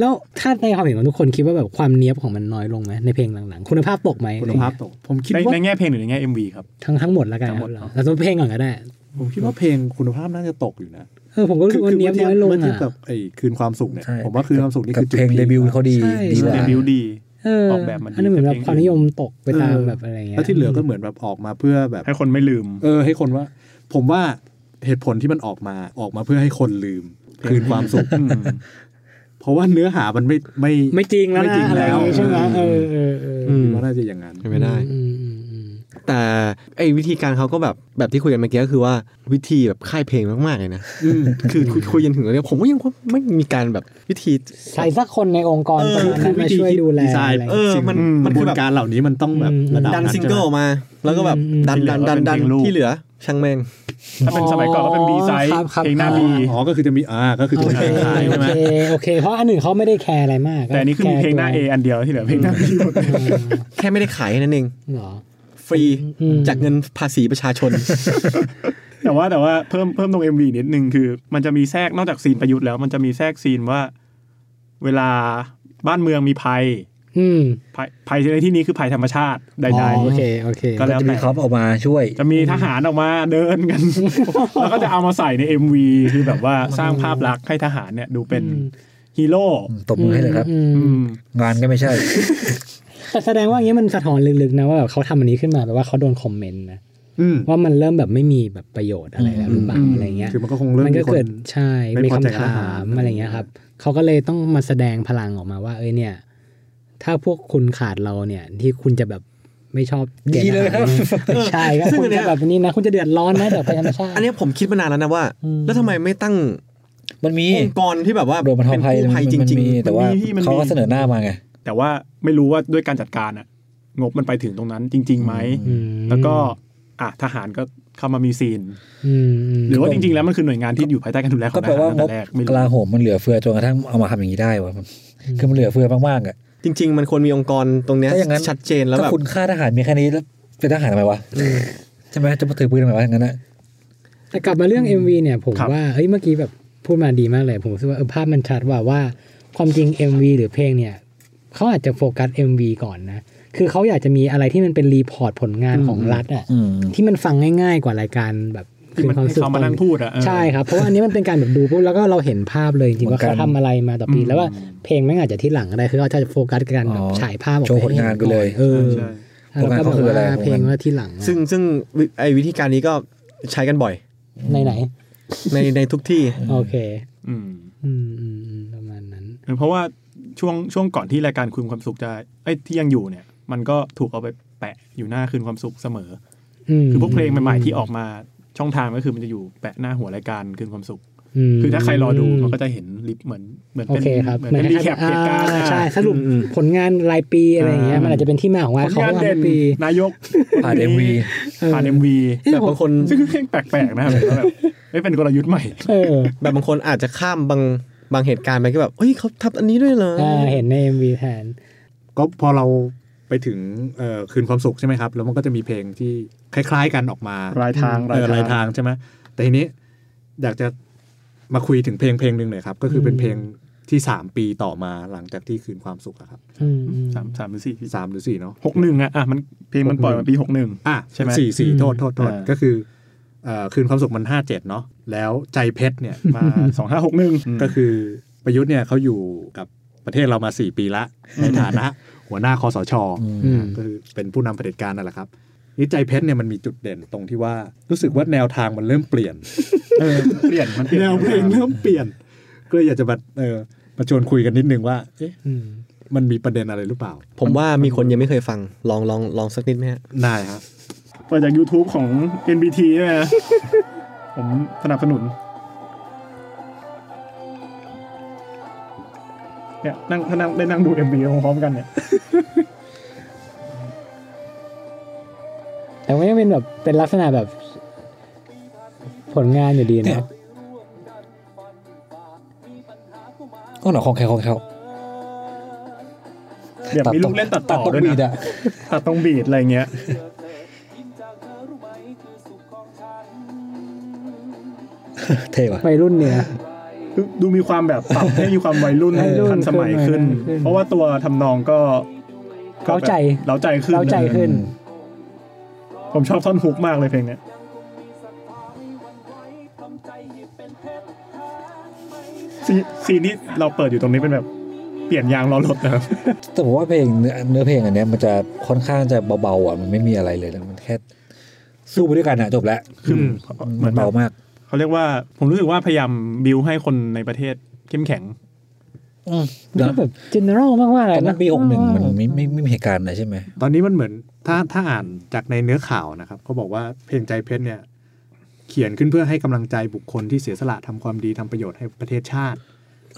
Speaker 5: แล้วถ้าในความเห็นของทุกคนคิดว่าแบบความเนี้ยบของมันน้อยลงไหมในเพลงหลังๆ คุณภาพตกไหม
Speaker 3: คุณภาพตกผมคิด
Speaker 2: ใน
Speaker 3: ว่า
Speaker 2: ในแง่เพลงหรือในแง่เอ็มวีครับ
Speaker 5: ทั้งทั้งหมดแล้วกัน
Speaker 2: ทั้งหมด
Speaker 5: ครับเราต้องเพลงก่อนก็ได้
Speaker 3: ผมคิดว่าเพลงคุณภาพน่าจะตกอยู่นะ
Speaker 5: เออผมก็รู้สึกว่าเนี้ยบน้อยลง
Speaker 3: เมื่เทียบกั
Speaker 5: อ่ะ
Speaker 3: บไอ้คืนความสุขเนี่ย
Speaker 4: ใช่
Speaker 3: ผมว่าคืนความสุขนี่
Speaker 4: กับ
Speaker 3: คือจุด
Speaker 4: เพลง
Speaker 3: พีค
Speaker 4: เดบิวต์เขาดี
Speaker 5: ใช่
Speaker 4: ดีกว่า
Speaker 2: เดบิวต์ดี
Speaker 5: เออ
Speaker 2: ออกแบบมันดี
Speaker 5: อันนี้นเหมือนแบบความนิยมตกไปตามแบบอะไรเงี้ย
Speaker 3: แล้วที่เหลือก็เหมือนแบบออกมาเพื่อแบบ
Speaker 2: ให้คนไม่ลืม
Speaker 3: เออ ให้คนว่า ผมว่าเหตุผลที่มันออกมาออกมาเพื่อให้คนลืม คืนความสุข เพราะว่าเนื้อหามันไม่ไม่
Speaker 5: ไม่จริงแล้ว
Speaker 3: ไม่
Speaker 5: นะ
Speaker 3: จริง
Speaker 5: อะไรอย่างงี้
Speaker 3: แล้ว
Speaker 5: ใช่ไหมเออเออเออ
Speaker 6: อื
Speaker 3: คิด
Speaker 6: ม
Speaker 3: ว่าน่าจะอย่างนั้น
Speaker 6: เป็นไม่ได้
Speaker 5: อืมอืมอืม
Speaker 6: แต่ไอ้วิธีการเขาก็แบบแบบที่คุยกันเมื่อกี้ก็คือว่าวิธีแบบค่ายเพลงมากๆเลยนะคือคุยคุยกันถึงแล้วเนี่ยผมก็ยังว่าไม่มีการแบบวิธี
Speaker 5: ใครสักคนในองค์กร
Speaker 6: เออ
Speaker 5: ประมาณนั้นมาช่วยดูแล
Speaker 3: ดีไซน์
Speaker 5: อะไร
Speaker 6: เอ
Speaker 5: เงี้ย
Speaker 6: อ
Speaker 3: สิ่ง
Speaker 6: มัน
Speaker 2: อืม
Speaker 6: มัน
Speaker 3: กระบ
Speaker 6: คื
Speaker 3: ว
Speaker 6: อ
Speaker 3: น
Speaker 6: แบบ
Speaker 3: การเหล่านี้มันต้องแบบ
Speaker 5: อืม
Speaker 3: ระดับ
Speaker 6: ดัน
Speaker 3: นั้น
Speaker 6: ซิงเกิลออกมา แล้วก็แบบ
Speaker 5: อืม
Speaker 6: ดันดันดันดัน
Speaker 2: เป็นเพลงลูก
Speaker 6: ที่เหลือช่างแม่ง
Speaker 2: ถ้าเป็นสมัยก่อนก็เป็นบีไซด์
Speaker 5: ครับครับ
Speaker 2: เพลงหน้า
Speaker 3: อ๋
Speaker 2: บี
Speaker 3: ออ๋อ ก็คือจะมี อ่า ก็คือจะ
Speaker 5: โอ
Speaker 3: มี
Speaker 5: เค
Speaker 3: ขาย
Speaker 5: โอ
Speaker 3: ใช่ไหม
Speaker 5: เคโอเค เพราะอันหนึ่งเขาไม่ได้แคร์อะไรมาก
Speaker 2: แต่อันนี้คือมีเพลงหน้า A อันเดียวที่เหลือเพลงหน้า B หมด
Speaker 6: แค่ไม่ได้ขายแค่นั้นเอง
Speaker 5: เหรอ
Speaker 6: ฟรี
Speaker 5: อืม
Speaker 6: จากเงินภาษีประชาชน
Speaker 2: แต่ว่าแต่ว่าเพิ่มเพิ่มตรง MV นิดนึงคือ มันจะมีแทรกนอกจากซีนประยุทธ์แล้ว มันจะมีแทรกซีนว่า เวลาบ้านเมืองมีภัย
Speaker 5: อืม
Speaker 2: ภัยภัยในที่นี้คือภัยธรรมชาติใด
Speaker 5: อ๋อโอเคโอเค
Speaker 2: ก็ แล้ว
Speaker 4: จะ
Speaker 2: แต่
Speaker 4: มีคอปออกมาช่วย
Speaker 2: ๆ จะมีทหารออกมาเดินกัน แล้วก็จะเอามาใส่ใน MV คือแบบว่าสร้างภาพลักษณ์ให้ทหารเนี่ยดูเป็น
Speaker 5: อืม
Speaker 2: ฮีโร่
Speaker 4: ตบมือให้เลยครับ
Speaker 5: อืม
Speaker 2: อื
Speaker 5: อืม
Speaker 2: ม
Speaker 4: งานก็ไม่ใช่
Speaker 5: แต่แสดงว่าอย่างเงี้ยมันสะท้อนลึกๆนะว่าแบบเขาทำอันนี้ขึ้นมาแปลว่าเขาโดนคอมเมนต์นะ
Speaker 3: อืม
Speaker 5: ว่ามันเริ่มแบบไม่มีแบบประโยชน์อะไรแล้วหรือเปล่าอะไรเงี้ย
Speaker 3: คือมันก็คงเริ่ม
Speaker 5: มันก็
Speaker 3: มีคน
Speaker 5: เกิดใช่
Speaker 3: ไม่
Speaker 5: มี
Speaker 3: พอ
Speaker 5: คำ
Speaker 3: ใจกับท
Speaker 5: ถา
Speaker 3: หาม ร
Speaker 5: อะไรเงี้ยครับเขาก็เลยต้องมาแสดงพลังออกมาว่า เอ้ยเนี่ย ถ้าพวกคุณขาดเราเนี่ย ที่คุณจะแบบไม่ชอบกณฑ์
Speaker 4: ดีเลยครับ
Speaker 5: อาหาใช่ครับ
Speaker 6: ซึ่ง
Speaker 5: คุ
Speaker 6: อั
Speaker 5: ณ
Speaker 6: นเนี้
Speaker 5: จะ
Speaker 6: ย
Speaker 5: แบบนี้นะ คุณจะเดือดร้อนนะเดี๋ยวไปธรรมชาติ
Speaker 6: อันเนี้ยผมคิดมานานแล้วนะว่า
Speaker 5: อืม
Speaker 6: แล้วทำไมไม่ตั้ง
Speaker 4: มันมี
Speaker 6: องค์กรที่แบบว่า
Speaker 4: โดนบรรเทา
Speaker 6: เป็น
Speaker 4: ภัย
Speaker 6: กู้ภัยจ
Speaker 4: มัน
Speaker 6: ริง
Speaker 4: มีแต่ว่า
Speaker 2: มันมีพี่มันมี
Speaker 4: เขาก็เสนอหน้ามาไง
Speaker 2: แต่ว่าไม่รู้ว่าด้วยการจัดการอะงบมันไปถึงตรงนั้นจริงๆไหม
Speaker 5: อืม
Speaker 2: แล้วก็อ่ะทหารก็เข้ามามีซีน
Speaker 5: อืมอืม
Speaker 2: หรือว่าจริงๆ แล้วมันคือหน่วยงานที่อยู่ภายใต้การดูแลขอ
Speaker 4: ก็
Speaker 2: งท
Speaker 4: แปล
Speaker 2: หาร
Speaker 4: ว่า
Speaker 2: ตั้ง
Speaker 4: ง
Speaker 2: แต่
Speaker 4: บ
Speaker 2: แรกไม่
Speaker 4: ก
Speaker 2: รู้
Speaker 4: ลาโหมมันเหลือเฟือจนกระทั่งเอามาทำอย่างนี้ได้วะมันคือมันเหลือเฟือมากๆอ่ะ
Speaker 6: ๆ จริง ๆ มันควรมีองค์กรตรงเนี้ย
Speaker 4: ถ้าอย่างนั้น
Speaker 6: ชัดเจนแล้ว
Speaker 4: ถ้า
Speaker 6: แบบ
Speaker 4: คุณฆ่าทหารมีแค่นี้แล้วเป็นทหารทำไมวะใช่ไหมจะมาถือปืนทำไมวะงั้นนะ
Speaker 5: แต่กลับมาเรื่อง MV เนี่ยผมว่าเฮ้ยเมื่อกี้แบบพูดมาดีมากเลย ผมรู้สึกว่าเออภาพมันชัดว่าว่าความจริง MV หรือเพลงเนี่ยเขาอาจจะโฟกัส MV ก่อนนะ คือเขาอยากจะมีอะไรที่มันเป็นรีพอร์ตผลงานของรัฐอ่ะ
Speaker 4: อืม
Speaker 5: ที่มันฟังง่ายๆกว่ารายการแบบ
Speaker 2: ที่มัน
Speaker 5: ว
Speaker 2: ให้เขามานั่งพูดอะเออ
Speaker 5: ใช่ครับ เพราะว่าอันนี้มันเป็นการแบบดูปุ๊บแล้วก็เราเห็นภาพเลยจริงๆว่า
Speaker 4: เหมือนกัน
Speaker 5: เขาทำอะไรมาต่อปี
Speaker 2: อืม
Speaker 5: แล้วว่าเพลงแม่งอาจจะที่หลังก็ได้คือเขาจะโฟกัสกับการแบบ
Speaker 4: อ๋อ
Speaker 5: ฉายภาพออก
Speaker 4: โชว์
Speaker 5: ไปให้
Speaker 4: ผลงานไปเลย
Speaker 5: เออ
Speaker 2: ใช่
Speaker 5: แล้วก็
Speaker 4: ผลงานเขาคืออะไร
Speaker 5: แบบว่าเพลงว่าที่หลังอะ
Speaker 6: ซึ่งซึ่งวิไอ้วิธีการนี้ก็ใช้กันบ่อย
Speaker 5: ในไหน
Speaker 6: ในในทุกที่
Speaker 5: โอเค
Speaker 2: อืม
Speaker 5: อืมอืมอืมประมาณนั้น
Speaker 2: เพราะว่าช่วงช่วงก่อนที่รายการคืนความสุขจะไอ้ยที่ยังอยู่เนี่ย มันก็ถูกเอาไปแปะอยู่หน้าคืนความสุขเสมอ
Speaker 5: ม
Speaker 2: คือพวกเพลงใหม่ๆที่ออกมาช่องทางก็คือมันจะอยู่แปะหน้าหัวรายการคืนความสุข
Speaker 5: ม
Speaker 2: คือถ้าใครรอดูมันก็จะเห็นลิปเหมือนเหมือน
Speaker 5: โอ
Speaker 2: เป็น
Speaker 5: เคครับ
Speaker 2: เหมือนเป็นรีแคปเหตุการณ์
Speaker 5: อ่
Speaker 2: อะ
Speaker 5: ใช่สรุป
Speaker 6: อืม
Speaker 5: ผลงานรายปีอะไรอย่างเงี้ยมันอาจจะเป็นที่มาของ
Speaker 2: ผ
Speaker 5: ว่า
Speaker 2: ล
Speaker 5: เขา
Speaker 2: งาน
Speaker 5: ว่า
Speaker 2: เด่น
Speaker 5: ปี
Speaker 2: นายก
Speaker 4: ผ่านเอ็มวี
Speaker 2: ผ่านเอ็มวี
Speaker 5: เอ๊ะ
Speaker 6: แบบบางคน
Speaker 2: ซึ่งก็แปลกๆนะครับแบบไม่เป็นกลยุทธ์ใหม่
Speaker 5: เออ
Speaker 6: แบบบางคนอาจจะข้ามบางบางเหตุการณ์ไปก็แบบเฮ้ยเขาทำอันนี้ด้วยเหรอ
Speaker 5: อ่าเห็นใน MV แทน
Speaker 3: ก็พอเราไปถึงเอ่อคืนความสุขใช่ไหมครับ แล้วมันก็จะมีเพลงที่คล้ายๆกันออกมาร
Speaker 2: ายทาง
Speaker 3: เออรายทางใช่ไหมแต่ทีนี้อยากจะมาคุยถึงเพลงเพลงหนึ่งหน่อยครับ ก็คืออ
Speaker 5: ม
Speaker 3: เป็นเพลงที่สามปีต่อมาหลังจากที่คืนความสุขอะครับ
Speaker 5: อืมอืม
Speaker 2: สามสามหรือสี่
Speaker 3: สามหรือสี่เนาะ
Speaker 2: หกหนึ่งอะอ่ะมันเพลงมันปล่อยมาปีหกหนึ่ง
Speaker 3: อ่ะ
Speaker 2: ใช่ไหม
Speaker 3: สี่สี่
Speaker 5: อืม
Speaker 3: โทษโทษโทษ
Speaker 2: อ่า
Speaker 3: ก็คือเอ่อคืนความสุขมันห้าเจ็ดเนาะแล้วใจเพชรเนี่ยมา
Speaker 2: สองห้าหกหนึ่ง
Speaker 3: ก็คือประยุทธ์เนี่ยเขาอยู่กับประเทศเรามาสี่ปีละ ในฐานะ หัวหน้าคอสช
Speaker 4: อืม
Speaker 3: ก็คือเป็นผู้นำเผด็จการนั่นแหละครับนี่ใจเพชรเนี่ยมันมีจุดเด่นตรงที่ว่ารู้สึกว่าแนวทางมันเริ่มเปลี่ยน
Speaker 2: เออเปลี่ยนมันเปลี่ยน
Speaker 3: แนวเพลงเริ่มเปลี่ยน ก็เลยอยากจะมาเออมาชวนคุยกันนิดนึงว่าเอ๊ะ
Speaker 5: อืม
Speaker 3: มันมีประเด็นอะไรหรือเปล่า
Speaker 6: ผมว่ามีคนยังไม่เคยฟังลองลองลองสักนิดไหมฮะ
Speaker 3: ได้ครับ
Speaker 2: เปิดจาก YouTube ของ NBT ด้วยนะ ผมสนับสนุนเนี่ยนั่งถ้านั่งได้นั่งดู MV พร้อมๆกันเนี่ย
Speaker 5: แต่ว่ายังเป็นแบบเป็นลักษณะแบบผลงานอยู่ดีเนอะ
Speaker 4: ก็หนอของแขกของเขา
Speaker 2: เดี๋ยวมีลูกเล่นตัดต่อ
Speaker 4: ตัด
Speaker 2: ด้
Speaker 4: ต้
Speaker 2: วน ย
Speaker 4: บีด
Speaker 2: นะ
Speaker 4: อ่ะ
Speaker 2: ตัดตรงบีดอะไรเงี้ย
Speaker 4: เท่ว่ะ
Speaker 5: วัยรุ่นเนี่ย
Speaker 2: ดูมีความแบบปรับให้มีความวัยรุ่น
Speaker 5: วัยรุ่น
Speaker 2: ทันสมัยขึ้น
Speaker 5: ขึ้น
Speaker 2: เพราะว่าตัวทำนองก็ก็แบบ
Speaker 5: เร้าใจ
Speaker 2: เล้าใจขึ้น
Speaker 5: เราใจขึ้น
Speaker 2: ผมชอบท่อนฮุกมากเลยเพลงเนี้ย ซีซีนที่เราเปิดอยู่ตรงนี้เป็นแบบ เปลี่ยนยางล้อรถนะครับ
Speaker 4: แต่ผมว่าเพลงเนื้อเนื้อเพลงอันเนี้ยมันจะค่อนข้างจะเบาๆอ่ะมันไม่มีอะไรเลยนะมันแค่สู้ไปด้วยกันอ่ะจบแล้ว
Speaker 2: คือเหมื
Speaker 4: มั
Speaker 2: อน นแบบ
Speaker 4: เบามาก
Speaker 2: เขาเรียกว่าผมรู้สึกว่าพยายามบิวให้คนในประเทศเข้มแข็ง
Speaker 4: อืม
Speaker 5: มัน
Speaker 4: นะ
Speaker 5: ก็แบบ general มากๆเล
Speaker 4: ตอย นนั้
Speaker 5: นะ
Speaker 4: นปีหกหนึ่งมันไม่ไม่ไม่มีเหตุการณ์อะไรใช่ไหม
Speaker 3: ตอนนี้มันเหมือนถ้าถ้าอ่านจากในเนื้อข่าวนะครับเขาบอกว่าเพลงใจเพชรเนี่ยเขียนขึ้นเพื่อให้กำลังใจบุคคลที่เสียสละทำความดีทำประโยชน์ให้ประเทศชาติ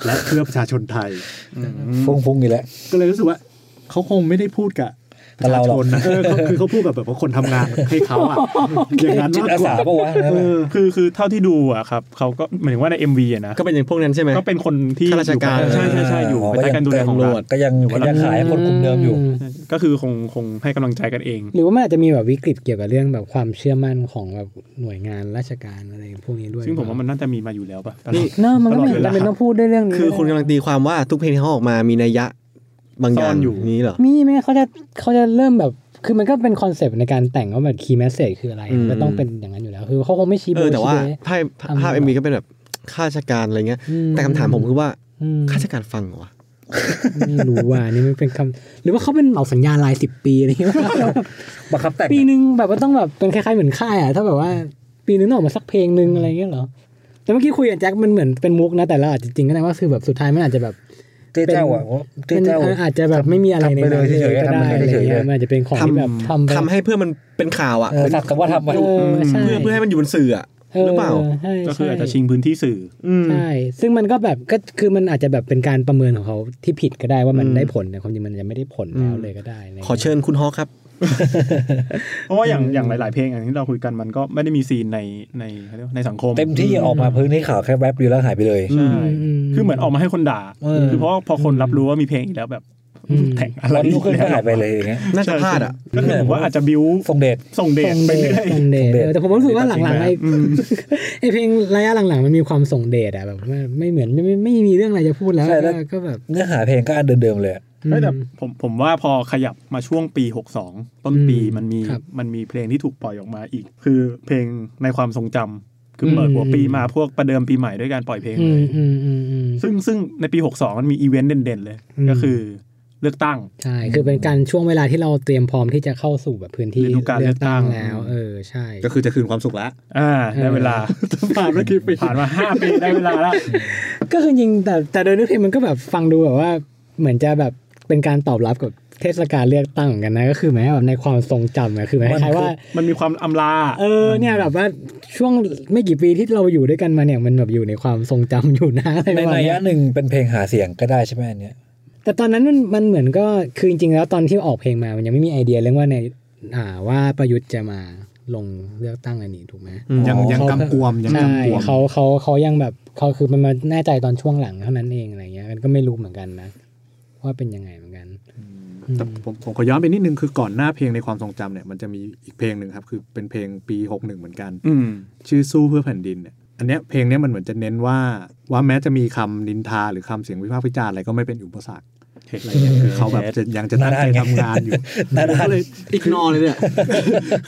Speaker 3: และเพื่อประชาชนไทย
Speaker 4: ฟุ้งๆอยู่แล้ว
Speaker 3: ก็เลยรู้สึกว่าเขาคงไม่ได้พูดกับป
Speaker 4: กับ
Speaker 3: ระชาช
Speaker 4: เราหรอก
Speaker 3: นนะเออเขาคือเขาพูดกับแบบว่าคนทำงานให้เขาอะอย่างนั้น
Speaker 4: จิต
Speaker 3: มาก
Speaker 4: อาก สา
Speaker 3: ว่า
Speaker 4: ปะวะนั่น
Speaker 2: เออ
Speaker 4: น่ะ
Speaker 2: คือคือเท่าที่ดูอะครับเขาก็หมายถึงว่าใน MV อะนะ
Speaker 6: ก็เป็นอย่างพวกนั้นใช่ไหม
Speaker 2: ก็เป็นคนที่
Speaker 6: ข้าราชการ
Speaker 2: อยู่ใช่ใช่ใช่อยู่ภายใต้การดูแลของรัฐ
Speaker 4: ก็ยังก็ยังขายให้คนกลุ่มเดิมอยู่
Speaker 2: ก็คือคงคงให้กำลังใจกันเอง
Speaker 5: หรือว่ามันอาจจะมีแบบวิกฤตเกี่ยวกับเรื่องแบบความเชื่อมั่นของแบบหน่วยงานราชการอะไรพวกนี้ด้วย
Speaker 2: ซึ่งผมว่ามันน่าจะมีมาอยู่แล้วป่ะ
Speaker 5: เนอะมันก็ไม่เห็น
Speaker 2: ตลอดเวลา
Speaker 5: จำเป็นต้องพูดด้วยเรื่องนี้
Speaker 6: คือคุณกำลังตีความว่าทุกเพลงที่เขาออกมามีนัยยะบางอย่า
Speaker 2: ซ่อ
Speaker 6: ง
Speaker 2: นอยู่
Speaker 6: นี้เหรอ
Speaker 5: มีไหมเขาจะเขาจะเริ่มแบบ คือมันก็เป็นคอนเซปต์ในการแต่งว่าแบบคีย์แมสเซจคืออะไร
Speaker 6: อืม
Speaker 5: มันต้องเป็นอย่างนั้นอยู่แล้วคือเขาคงไม่ชี้
Speaker 6: เอ
Speaker 5: โบ
Speaker 6: อ
Speaker 5: ว์
Speaker 6: แต่ว่า
Speaker 5: ชี้เบ๊
Speaker 6: ภาพภาพ
Speaker 5: ทำ
Speaker 6: เอ็มวีก็เป็นแบบข้าราชการอะไรเงี้ย
Speaker 5: อืม
Speaker 6: แต่คำถามผมคือว่า
Speaker 5: อืม
Speaker 6: ข้าราชการฟังเหรอวะ
Speaker 5: ไม่รู้ว่านี่มันเป็นคำหรือว่าเขาเป็นเหมาสัญญาลายสิบปีอะไรอย่างเงี้ย
Speaker 4: บังคับแต่ง
Speaker 5: ปีหนึ่งแบบว่าต้องแบบเป็นคล้ายๆเหมือนค่ายอ่ะถ้าแบบว่าปีหนึงต้องออกมาสักเพลงหนึ่งอะไรอย่างเงี้ยเหรอแต่เมื่อกี้คุยกับแจ็คมันเหมือนเป็นมุกนะแต่เราอาจจะจริงก็ได้ว่าคือแบบสุดท้ายมันอาจจะแบบ
Speaker 4: เจ้าเจ้าอ่ะผมเจ้า
Speaker 5: เป็น
Speaker 4: เจ้า
Speaker 5: อาจจะแบบไม่มีอะไรใน
Speaker 4: ทำไปเลย
Speaker 5: นั้น
Speaker 4: เฉยๆ
Speaker 5: ก็ได้
Speaker 4: ทำไป
Speaker 5: อะไร
Speaker 4: เลยเฉยๆ
Speaker 5: เงี้ยมันอาจจะเป็นของที่แบบ
Speaker 6: ทำ
Speaker 5: ทำไป
Speaker 6: ทำให้เพื่อมันเป็นข่าวอ่ะ
Speaker 4: เออสักแต่ว่าทำไป
Speaker 5: เออใช่
Speaker 6: เพื่อเพื่อให้มันอยู่บนสื่ออ่ะ หรือเปล่า
Speaker 5: ใช่
Speaker 2: ก็คืออาจจะ
Speaker 5: ใช่
Speaker 2: ชิงพื้นที่สื่อ
Speaker 6: อืม
Speaker 5: ใช่ ซึ่งมันก็แบบก็คือมันอาจจะแบบเป็นการประเมินของเขาที่ผิดก็ได้ว่ามันได้ผลแต่ความจริงมันยังไม่ได้ผลแล้ว
Speaker 6: อืม
Speaker 5: เลยก็ได้ะไรงี้ย
Speaker 6: ขอเชิญคุณฮอกครับ
Speaker 2: เพราะว่าอย่างอย่างหลาย ๆ เพลงอย่างที่เราคุยกันมันก็ไม่ได้มีซีนในในเขาเรียกว่าในสังคม
Speaker 4: เต็มที่ออกมาพื้นที่ข่าวแค่แวบเดียวแล้วหายไปเลย
Speaker 2: ใช่
Speaker 5: ม
Speaker 2: คือเหมือนออกมาให้คนด่า
Speaker 4: เออ
Speaker 2: คือเพราะพอคนรับรู้ว่ามีเพลงอีกแล้วแบบ
Speaker 5: อืม
Speaker 2: แท่งอะไร
Speaker 4: วันลูกขึ้นก็หายไปเลยอย่างเงี้ย
Speaker 6: น่าจะพลาดอ่ะ
Speaker 2: ก็คือผมว่าอาจจะบิว
Speaker 4: ทรงเดช
Speaker 2: ส่งเดทไปเรื่อย
Speaker 5: ส่งเดทเออแต่ผมรู้สึกว่าหลังๆไอ้
Speaker 2: อืม
Speaker 5: ไอ้เพลงระยะหลังๆ มันมีความส่งเดทอะแบบไม่ไม่เหมือนไม่ไม่ไม่มีเรื่องอะไรจะพูดแล้ว
Speaker 4: ใช่แล้ว
Speaker 5: ก็ก็แบบ
Speaker 4: เนื้อหาเพลงก็อันเดิมๆเลยอะ
Speaker 5: อืม
Speaker 2: เฮ้ยแต่ผมผมว่าพอขยับมาช่วงปี 62 ต้นปี
Speaker 5: อืม
Speaker 2: มันมี
Speaker 5: ครับ
Speaker 2: มันมีเพลงที่ถูกปล่อยออกมาอีก คือเพลงในความทรงจำคือเปิด
Speaker 5: อืม
Speaker 2: หัวปีมาพวกประเดิมปีใหม่ด้วยการปล่อยเพลง
Speaker 5: อื
Speaker 2: เล
Speaker 5: ม
Speaker 2: ย
Speaker 5: อืมอืมอืม
Speaker 2: ซึ่งซึ่งในปี 62 มันมีอีเวนต์เด่น ๆ เลย
Speaker 5: อืม
Speaker 2: ก็คือเลือกตั้ง
Speaker 5: ใช่ คือเป็นการช่วงเวลาที่เราเตรียมพร้อมที่จะเข้าสู่แบบพื้นที่
Speaker 2: ฤดูกาลเลือกตั้ง
Speaker 5: แล้ว เออใช่
Speaker 3: ก็คือจะคืนความสุขละ
Speaker 2: อ่าได้เวลา
Speaker 3: ผ่านเมื่อกี้ปี
Speaker 2: ผ่านมาห้าปีได้เวลาแล้ว
Speaker 5: ก็คือจริงแต่แต่โดยเนื้อเพลงมันก็แบบฟังดูแบบว่าเหมือนจะแบบเป็นการตอบรับกับเทศกาลเลือกตั้งเหมือนกันนะก็คือหมายว่าแบบในความทรงจำอะคือหมายคล้ายๆว่า
Speaker 2: มันมีความอำลา
Speaker 5: เออเนี่ยแบบว่าช่วงไม่กี่ปีที่เราอยู่ด้วยกันมาเนี่ยมันแบบอยู่ในความทรงจำอยู่นะอะไร
Speaker 4: ใน
Speaker 5: ประมาณ
Speaker 4: นัยยะ
Speaker 5: เนี้ย
Speaker 4: หนึ่งเป็นเพลงหาเสียงก็ได้ใช่ไหมอันเนี้ย
Speaker 5: แต่ตอนนั้นมันมันเหมือนก็คือจริงๆแล้วตอนที่ออกเพลงมามันยังไม่มีไอเดียเรื่องว่าในอ่าว่าประยุทธ์จะมาลงเลือกตั้งอันนี้ถูกไหม
Speaker 3: ยัง
Speaker 4: อ๋อ
Speaker 3: ยังกำกวมยัง
Speaker 5: ใช่
Speaker 3: กำกวม
Speaker 5: เขาเขาเขายังแบบเขาคือมันมาแน่ใจตอนช่วงหลังเท่านั้นเองอะไรเงี้ยมันก็ไม่รู้เหมือนกันนะ ว่าเป็นยังไงเหมือนกัน
Speaker 3: แต่ผมผมขอย้อนไปนิดนึงคือก่อนหน้าเพลงในความทรงจำเนี่ยมันจะมีอีกเพลงหนึ่งครับ คือเป็นเพลงปี 61 เหมือนกัน
Speaker 2: อืม
Speaker 3: ชื่อสู้เพื่อแผ่นดินเนี่ยอันเนี้ยเพลงเนี้ยมันเหมือนจะเน้นว่าว่าแม้จะมีคำนินทาหรือคำเสียงวิพากษ์วิจารณ์อะไรก็ไม่เป็นอุปสรรคอะไรเงี้ยคือเขาแบบจะยังจะตั้งใจทำงานอยู่
Speaker 4: น่า
Speaker 3: ผม
Speaker 4: ด่า
Speaker 3: ก็เลย
Speaker 7: อีกนอเลยเนี่ย